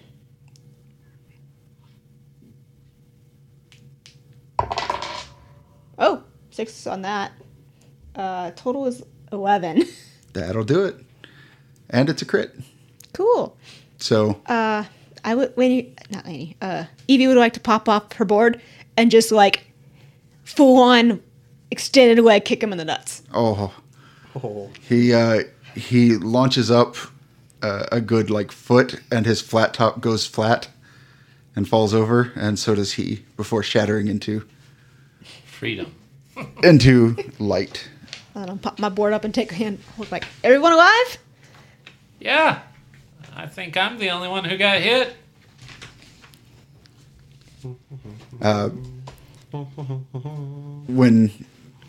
Speaker 2: Oh, six on that. Uh, total is 11.
Speaker 1: That'll do it. And it's a crit.
Speaker 2: [LAUGHS] cool.
Speaker 1: So
Speaker 2: uh, I would Laney, not Laney, uh, Evie would like to pop off her board and just like full on extended leg kick him in the nuts.
Speaker 1: Oh. He uh, he launches up uh, a good like foot, and his flat top goes flat and falls over, and so does he before shattering into
Speaker 3: Freedom.
Speaker 1: into light.
Speaker 2: And I'll pop my board up and take a hand. Look like everyone alive?
Speaker 3: Yeah. I think I'm the only one who got hit.
Speaker 1: When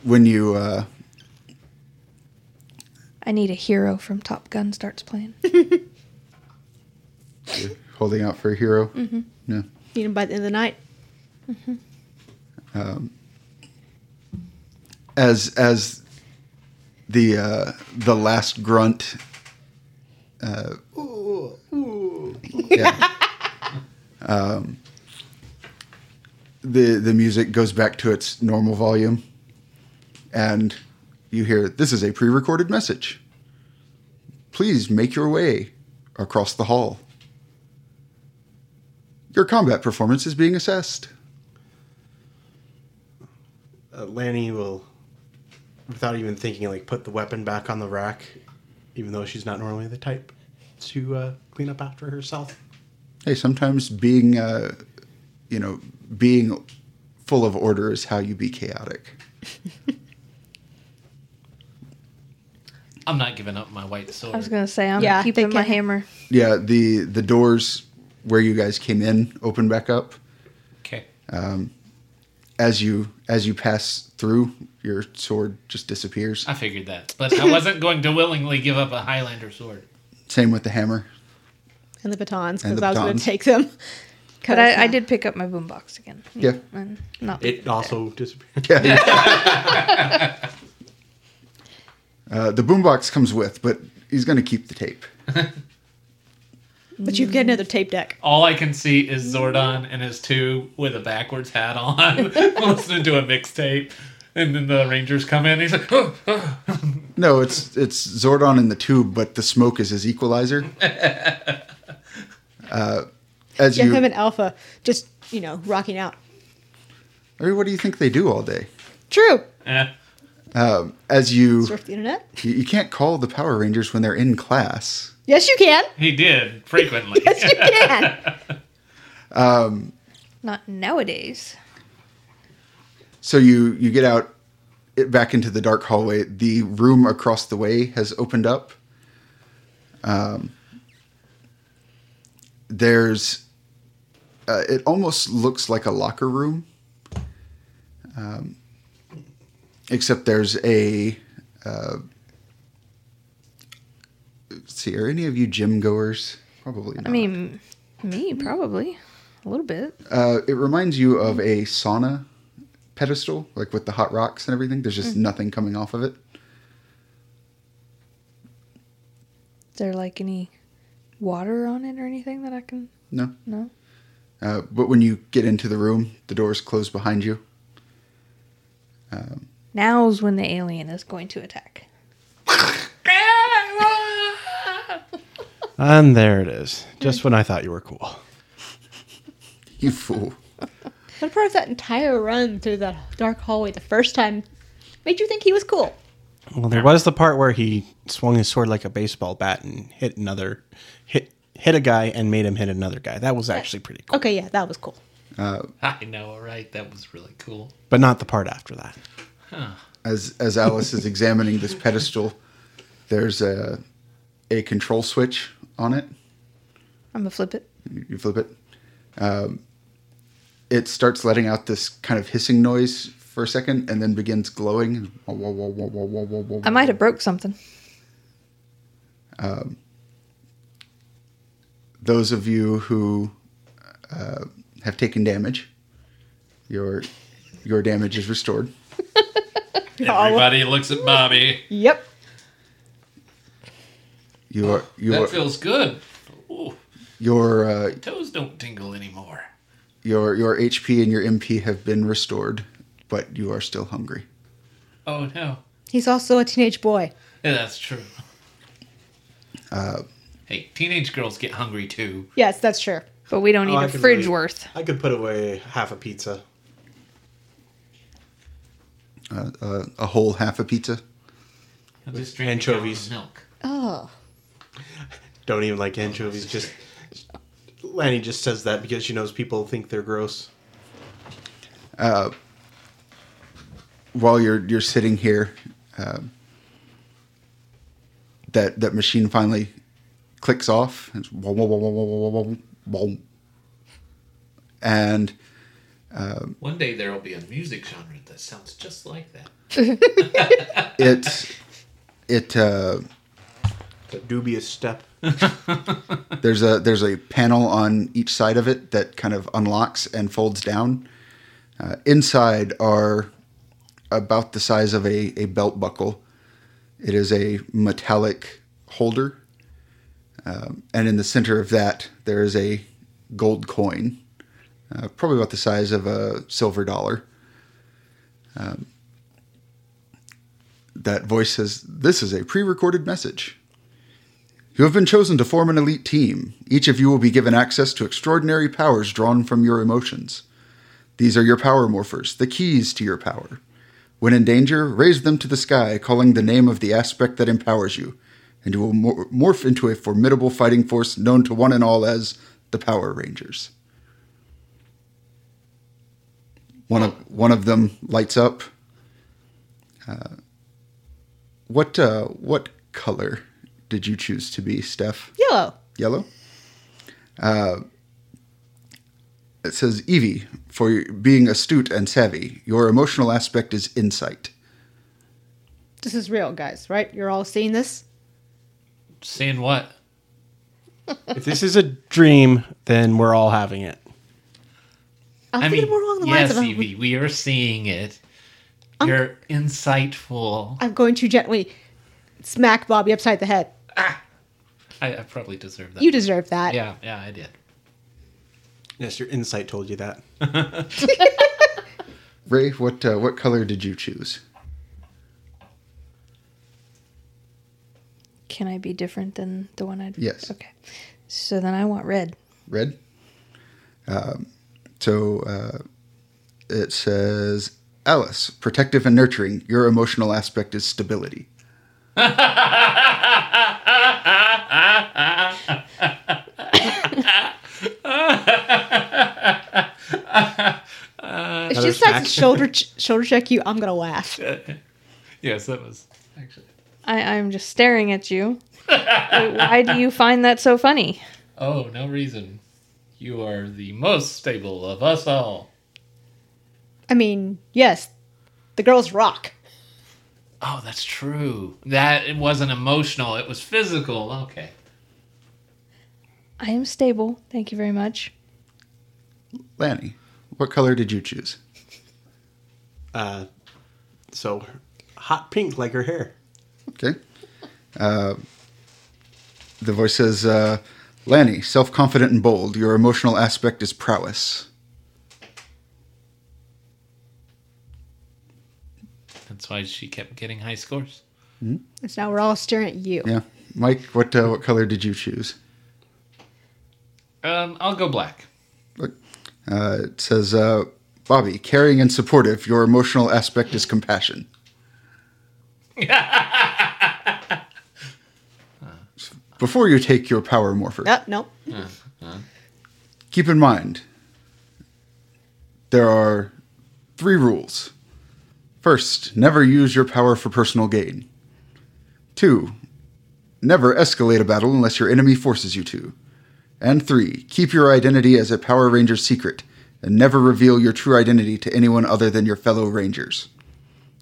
Speaker 1: when you uh,
Speaker 5: I need a hero from Top Gun starts
Speaker 2: [LAUGHS]
Speaker 5: playing.
Speaker 1: you're holding out for a hero, yeah.
Speaker 2: Need him by the end of the night.
Speaker 1: as as the uh, the last grunt. Uh, yeah. um, the the music goes back to its normal volume, and you hear this is a pre-recorded message. Please make your way across the hall. Your combat performance is being assessed.
Speaker 4: Uh, Lanny will, without even thinking, like put the weapon back on the rack, even though she's not normally the type to uh, clean up after herself.
Speaker 1: Hey, sometimes being, uh, you know, being full of order is how you be chaotic.
Speaker 3: I'm not giving up my white sword.
Speaker 5: I was gonna say I'm
Speaker 2: Yeah,
Speaker 5: keeping
Speaker 2: they
Speaker 5: my
Speaker 2: can-
Speaker 5: hammer.
Speaker 1: Yeah, the the doors where you guys came in open back up
Speaker 3: okay.
Speaker 1: as you as you pass through. Your sword just disappears.
Speaker 3: I figured that. But I wasn't going to willingly give up a Highlander sword.
Speaker 1: Same with the hammer.
Speaker 2: And the batons,
Speaker 1: And
Speaker 2: because
Speaker 1: the
Speaker 2: I was going
Speaker 1: batons.
Speaker 2: to take them.
Speaker 5: But I, I did pick up my boombox again.
Speaker 1: Yeah.
Speaker 5: And not
Speaker 4: It also disappeared.
Speaker 1: Yeah. [LAUGHS] uh, the boombox comes with, but he's going to keep the tape.
Speaker 2: But you get another tape deck.
Speaker 3: All I can see is Zordon and his two with a backwards hat on, [LAUGHS] listening to a mixtape. And then the Rangers come in. he's like, oh, oh.
Speaker 1: No, it's it's Zordon in the tube, but the smoke is his equalizer. [LAUGHS] Uh, as
Speaker 2: Yeah,
Speaker 1: you,
Speaker 2: him and Alpha just, you know, rocking out.
Speaker 1: I mean, what do you think they do all day?
Speaker 2: True.
Speaker 3: Eh.
Speaker 1: Um, as you,
Speaker 2: Surf the internet.
Speaker 1: you you can't call the Power Rangers when they're in class.
Speaker 2: Yes, you can.
Speaker 3: He did
Speaker 5: [LAUGHS]
Speaker 3: frequently.
Speaker 2: Yes, [LAUGHS] you can.
Speaker 5: Not nowadays.
Speaker 1: So you you get out it back into the dark hallway. The room across the way has opened up. Um, there's uh, it almost looks like a locker room, um, except there's a. Uh, let's see, are any of you gym goers? Probably. Not.
Speaker 5: I mean, me probably a little bit.
Speaker 1: Uh, it reminds you of
Speaker 5: Mm-hmm.
Speaker 1: a sauna pedestal, like with the hot rocks and everything. There's
Speaker 5: Mm.
Speaker 1: just nothing coming off of it.
Speaker 5: Is there like any water on it or anything that I can?
Speaker 1: No.
Speaker 5: No.
Speaker 1: Uh, but when you get into the room, the doors close behind you. [LAUGHS]
Speaker 5: Now's when the alien is going to attack.
Speaker 4: And there it is. Just when I thought you were cool.
Speaker 1: You fool.
Speaker 2: What part of that entire run through that dark hallway the first time made you think he was cool?
Speaker 4: Well, there was the part where he swung his sword like a baseball bat and hit another, hit hit a guy and made him hit another guy. That was actually pretty cool,
Speaker 2: Okay, yeah, that was cool.
Speaker 3: I know, right? That was really cool.
Speaker 4: but not the part after that.
Speaker 1: As as Alice is examining this pedestal, there's a a control switch on it.
Speaker 5: I'm gonna flip it.
Speaker 1: You flip it. Um, it starts letting out this kind of hissing noise for a second, and then begins glowing.
Speaker 5: I might have broke something.
Speaker 1: those of you who uh, have taken damage, your your damage is restored.
Speaker 3: Everybody looks at Bobby.
Speaker 2: Yep.
Speaker 1: You are you
Speaker 3: That
Speaker 1: are,
Speaker 3: feels good. Ooh,
Speaker 1: your uh,
Speaker 3: toes don't tingle anymore.
Speaker 1: your your HP and your MP have been restored, but you are still hungry.
Speaker 3: Oh no,
Speaker 2: He's also a teenage boy.
Speaker 3: Yeah, that's true.
Speaker 5: Uh,
Speaker 3: hey, teenage girls get hungry too.
Speaker 2: Yes, that's true.
Speaker 5: But we don't
Speaker 4: Oh,
Speaker 5: need
Speaker 4: I
Speaker 5: a
Speaker 4: could
Speaker 5: fridge
Speaker 4: really-
Speaker 5: worth.
Speaker 4: I could put away half a pizza.
Speaker 1: Uh, uh, a whole half a pizza.
Speaker 3: I'll just drink a gallon of
Speaker 4: anchovies.
Speaker 3: milk.
Speaker 2: Oh.
Speaker 4: Don't even like anchovies. Just Lanny just says that because she knows people think they're gross.
Speaker 1: While you're you're sitting here, um, that that machine finally clicks off. It's wah, wah, wah, wah, wah, wah, wah, wah, wah. and
Speaker 3: One day there will be a music genre that sounds just like that.
Speaker 1: it it uh,
Speaker 4: The dubious step.
Speaker 1: [LAUGHS] there's a there's a panel on each side of it that kind of unlocks and folds down. Uh, inside are about the size of a, a belt buckle. It is a metallic holder, um, and in the center of that there is a gold coin, uh, probably about the size of a silver dollar. Um, that voice says, "This is a pre-recorded message." You have been chosen to form an elite team. Each of you will be given access to extraordinary powers drawn from your emotions. These are your power morphers, the keys to your power. When in danger, raise them to the sky, calling the name of the aspect that empowers you, and you will mor- morph into a formidable fighting force known to one and all as the Power Rangers. One of one of them lights up. Uh, what uh, what color did you choose to be, Steph?
Speaker 2: Yellow.
Speaker 1: yellow. Uh, it says Evie for being astute and savvy. Your emotional aspect is insight.
Speaker 2: This is real, guys, right? You're all seeing this?
Speaker 3: Seeing what?
Speaker 4: if this is a dream, then we're all having it.
Speaker 2: I'm
Speaker 3: I mean,
Speaker 2: thinking more along the
Speaker 3: yes,
Speaker 2: lines of Um, I'm-
Speaker 3: Evie, we are seeing it. You're insightful.
Speaker 2: I'm going to gently smack Bobby upside the head.
Speaker 3: I, I probably deserve that.
Speaker 2: You deserve that.
Speaker 3: Yeah, yeah, I did.
Speaker 4: Yes, your insight told you that.
Speaker 1: Ray, what uh, what color did you choose?
Speaker 5: Can I be different than the one I?
Speaker 1: Yes.
Speaker 5: Okay. So then I want red.
Speaker 1: Red. Um, so uh, it says Alice, protective and nurturing, your emotional aspect is stability.
Speaker 2: if she starts to shoulder ch- shoulder check you, I'm gonna
Speaker 3: [LAUGHS]
Speaker 2: laugh.
Speaker 3: Yes, that was actually.
Speaker 5: I, I'm just staring
Speaker 4: [LAUGHS]
Speaker 5: at you. Wait, Why do you find that so funny?
Speaker 3: Oh, no reason. You are the most stable of us all.
Speaker 2: I mean, yes, the girls rock.
Speaker 3: Oh, that's true. That it wasn't emotional, it was physical. Okay.
Speaker 5: I am stable. Thank you very much.
Speaker 1: Lanny, what color did you choose?
Speaker 4: Uh, so hot pink like her hair.
Speaker 1: Okay. Uh, the voice says, uh, Lanny, self confident and bold, your emotional aspect is prowess.
Speaker 3: That's why she kept getting high scores.
Speaker 2: And so now we're all staring at you.
Speaker 1: Yeah. Mike, what, uh, what color did you choose?
Speaker 3: Um, I'll go black.
Speaker 1: Uh, it says, uh, Bobby, caring and supportive, your emotional aspect is compassion. Before you take your power morpher,
Speaker 2: Oh, no.
Speaker 1: keep in mind there are three rules. First, never use your power for personal gain. Two, never escalate a battle unless your enemy forces you to. And three, keep your identity as a Power Ranger secret and never reveal your true identity to anyone other than your fellow Rangers.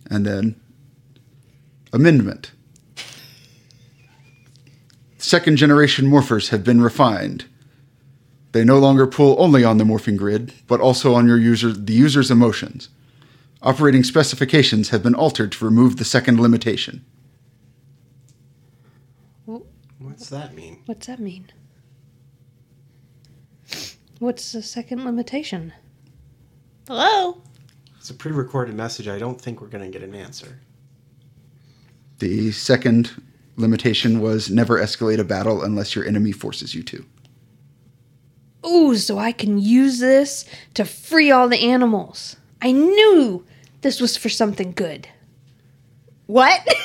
Speaker 1: And then, amendment. Second generation morphers have been refined. They no longer pull only on the morphing grid, but also on your user the user's emotions. Operating specifications have been altered to remove the second limitation.
Speaker 4: What's that mean?
Speaker 5: What's that mean? What's the second limitation?
Speaker 2: Hello.
Speaker 4: It's a pre-recorded message. I don't think we're gonna get an answer.
Speaker 1: The second limitation was never escalate a battle unless your enemy forces you to.
Speaker 5: Ooh, so I can use this to free all the animals. I knew this was for something good.
Speaker 2: What? [LAUGHS]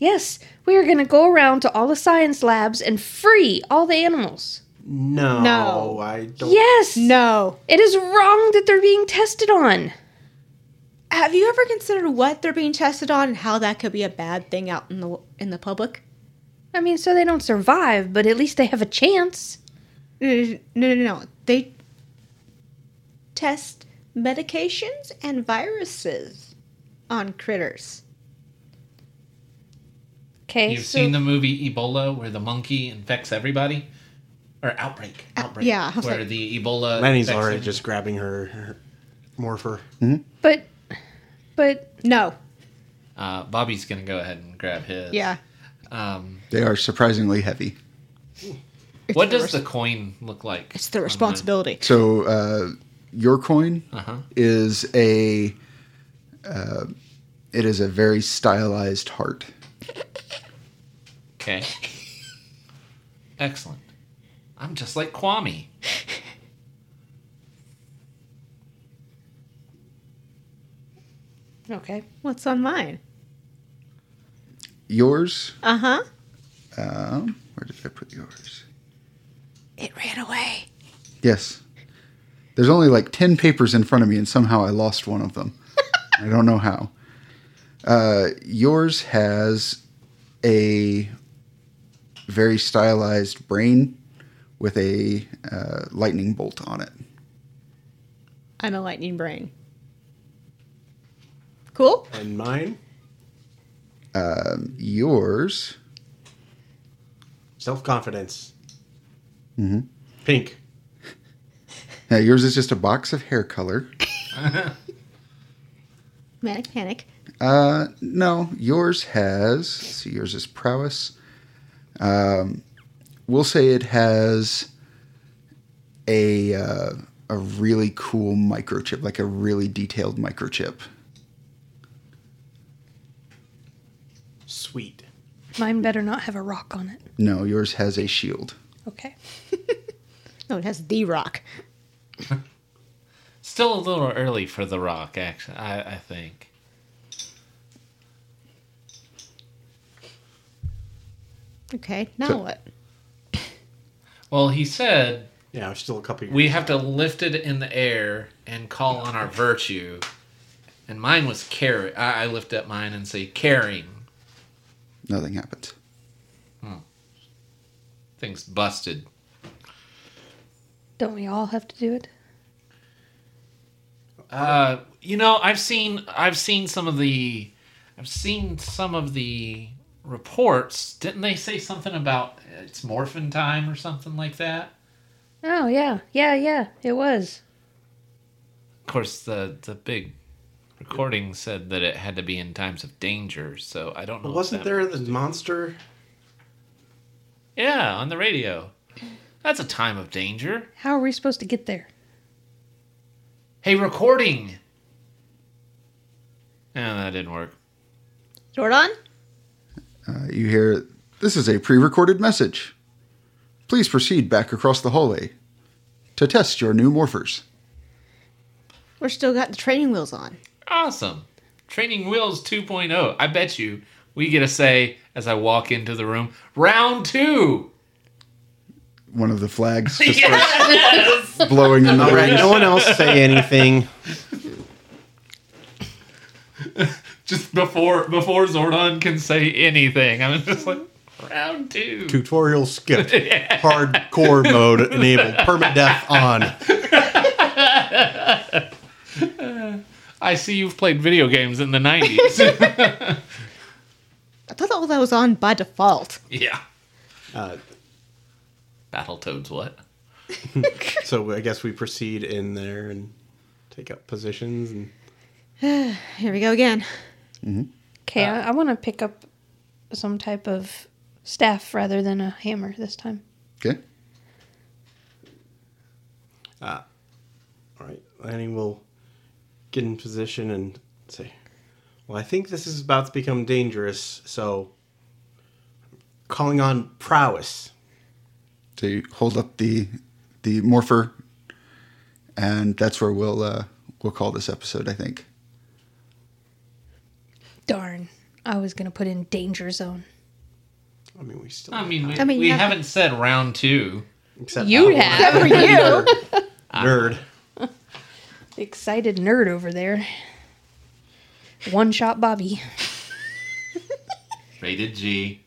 Speaker 5: Yes, we are going to go around to all the science labs and free all the animals.
Speaker 4: No,
Speaker 2: No.
Speaker 4: I don't.
Speaker 5: Yes!
Speaker 2: no.
Speaker 5: It is wrong that they're being tested on.
Speaker 2: Have you ever considered what they're being tested on and how that could be a bad thing out in the in the public?
Speaker 5: I mean, so they don't survive, but at least they have a chance.
Speaker 2: No, Uh, no, no, no. no. They test medications and viruses on critters.
Speaker 5: Okay.
Speaker 3: You've seen the movie Ebola where the monkey infects everybody? Or outbreak. Outbreak.
Speaker 2: Uh, yeah, I was
Speaker 3: Where
Speaker 2: like-
Speaker 3: the Ebola
Speaker 4: Lenny's
Speaker 3: infects
Speaker 4: already
Speaker 3: everybody.
Speaker 4: just grabbing her, her morpher.
Speaker 5: But, but
Speaker 2: No.
Speaker 3: uh, Bobby's gonna go ahead and grab his.
Speaker 2: Yeah.
Speaker 3: Um,
Speaker 1: They are surprisingly heavy.
Speaker 3: what does the coin look like?
Speaker 2: It's their responsibility.
Speaker 1: So uh, your coin
Speaker 3: Uh-huh.
Speaker 1: is a uh, it is a very stylized heart.
Speaker 3: Okay. Excellent. I'm just like Kwame.
Speaker 5: okay.
Speaker 2: What's on mine?
Speaker 1: Yours?
Speaker 2: Uh huh.
Speaker 1: Um, where did I put yours?
Speaker 2: It ran away.
Speaker 1: Yes. There's only like 10 papers in front of me, and somehow I lost one of them. I don't know how. Uh, yours has a very stylized brain with a uh, lightning bolt on it.
Speaker 2: I'm a lightning brain. Cool.
Speaker 4: And mine,
Speaker 1: Yours,
Speaker 4: self confidence. Mm-hmm. Pink.
Speaker 1: now yours is just a box of hair color.
Speaker 2: Manic panic.
Speaker 1: Uh, no, yours has. let's see, yours is prowess. Um, we'll say it has a uh, a really cool microchip, like a really detailed microchip.
Speaker 4: Sweet.
Speaker 5: Mine better not have a rock on it.
Speaker 1: No, yours has a shield.
Speaker 5: Okay.
Speaker 2: No, it has the rock.
Speaker 3: still a little early for The Rock, actually, I, I think.
Speaker 2: Okay, now
Speaker 1: So-
Speaker 2: what?
Speaker 3: Well, he said
Speaker 4: Yeah, I'm still a couple years.
Speaker 3: we have to lift it in the air and call on our virtue. And mine was carry. I, I lift up mine and say caring.
Speaker 1: Nothing happens.
Speaker 3: Things busted.
Speaker 5: Don't we all have to do it?
Speaker 3: Uh, you know, I've seen I've seen some of the I've seen some of the reports. Didn't they say something about uh, it's morphin time or something like that?
Speaker 5: Oh yeah, yeah, yeah. It was.
Speaker 3: Of course, the the big recording said that it had to be in times of danger. So I don't know.
Speaker 4: But
Speaker 3: if
Speaker 4: wasn't
Speaker 3: that-
Speaker 4: there the monster?
Speaker 3: Yeah, on the radio. That's a time of danger.
Speaker 5: How are we supposed to get there?
Speaker 3: Hey, recording. No, that didn't work.
Speaker 2: Jordan?
Speaker 1: Uh, you hear, This is a pre recorded message. Please proceed back across the hallway to test your new morphers.
Speaker 2: We're still got the training wheels on.
Speaker 3: Awesome. Training Wheels 2.0. I bet you we get to say, as I walk into the room, round two.
Speaker 1: One of the flags just starts blowing in the
Speaker 4: All right,
Speaker 1: breeze.
Speaker 4: no one else [LAUGHS] say anything.
Speaker 3: Just before before Zordon can say anything. I'm just like, round two.
Speaker 4: Tutorial [LAUGHS] skipped. Hardcore mode [LAUGHS] enabled. Permadeath on.
Speaker 3: I see you've played video games in the
Speaker 4: [LAUGHS]
Speaker 3: 90s.
Speaker 2: I thought all that was on by default.
Speaker 3: yeah.
Speaker 4: Uh,
Speaker 3: Battletoads, what?
Speaker 4: so I guess we proceed in there and take up positions. And
Speaker 2: Here we go again.
Speaker 5: Okay, I, I want to pick up some type of staff rather than a hammer this time.
Speaker 1: Okay.
Speaker 4: all right, Lanny will get in position and say, "Well, I think this is about to become dangerous, so calling on prowess."
Speaker 1: So you hold up the the morpher, and that's where we'll uh, we'll call this episode. I think.
Speaker 5: Darn, I was gonna put in danger zone.
Speaker 4: I mean, we still.
Speaker 3: I mean, we,
Speaker 2: I mean,
Speaker 3: we
Speaker 2: yeah.
Speaker 3: haven't said round two.
Speaker 4: except
Speaker 5: You
Speaker 4: Owl,
Speaker 5: have
Speaker 2: For
Speaker 5: [LAUGHS]
Speaker 2: you!
Speaker 4: nerd.
Speaker 5: the excited nerd over there. One shot Bobby.
Speaker 3: Rated G.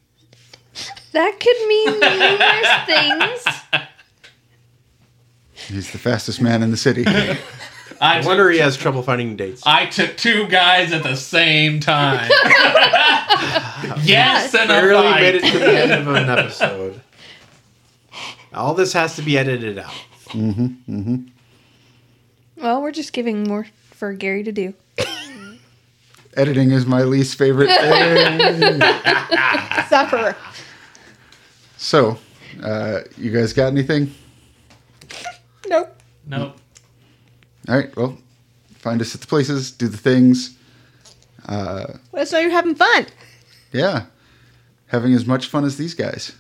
Speaker 5: That could mean numerous things.
Speaker 1: He's the fastest man in the city.
Speaker 3: I
Speaker 4: I
Speaker 3: wonder.
Speaker 4: wonder he has trouble finding dates.
Speaker 3: I took two guys at the same
Speaker 4: [LAUGHS]
Speaker 3: time. [LAUGHS] yes, and a
Speaker 4: barely
Speaker 3: fight.
Speaker 4: made it to the end of [LAUGHS] an episode. All this has to be edited out.
Speaker 5: Well, we're just giving more for Gary to do.
Speaker 1: Editing is my least favorite thing.
Speaker 2: Suffer.
Speaker 1: So, uh, you guys got anything?
Speaker 2: Nope.
Speaker 3: Nope.
Speaker 1: All right. Well, find us at the places. Do the things.
Speaker 2: Let us know you're having fun.
Speaker 1: Yeah, having as much fun as these guys.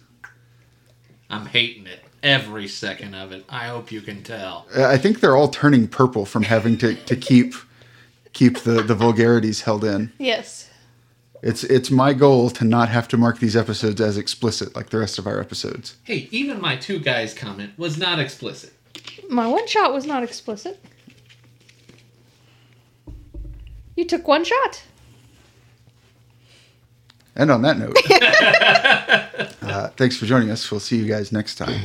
Speaker 3: I'm hating it. Every second of it. I hope you can tell.
Speaker 1: Uh, I think they're all turning purple from having to, to keep keep the, the vulgarities held in.
Speaker 5: Yes.
Speaker 1: It's it's my goal to not have to mark these episodes as explicit like the rest of our episodes.
Speaker 3: Hey, even my two guys comment was not explicit.
Speaker 5: My one shot was not explicit. You took one shot.
Speaker 1: [LAUGHS] And on that note, uh, thanks for joining us. We'll see you guys next time.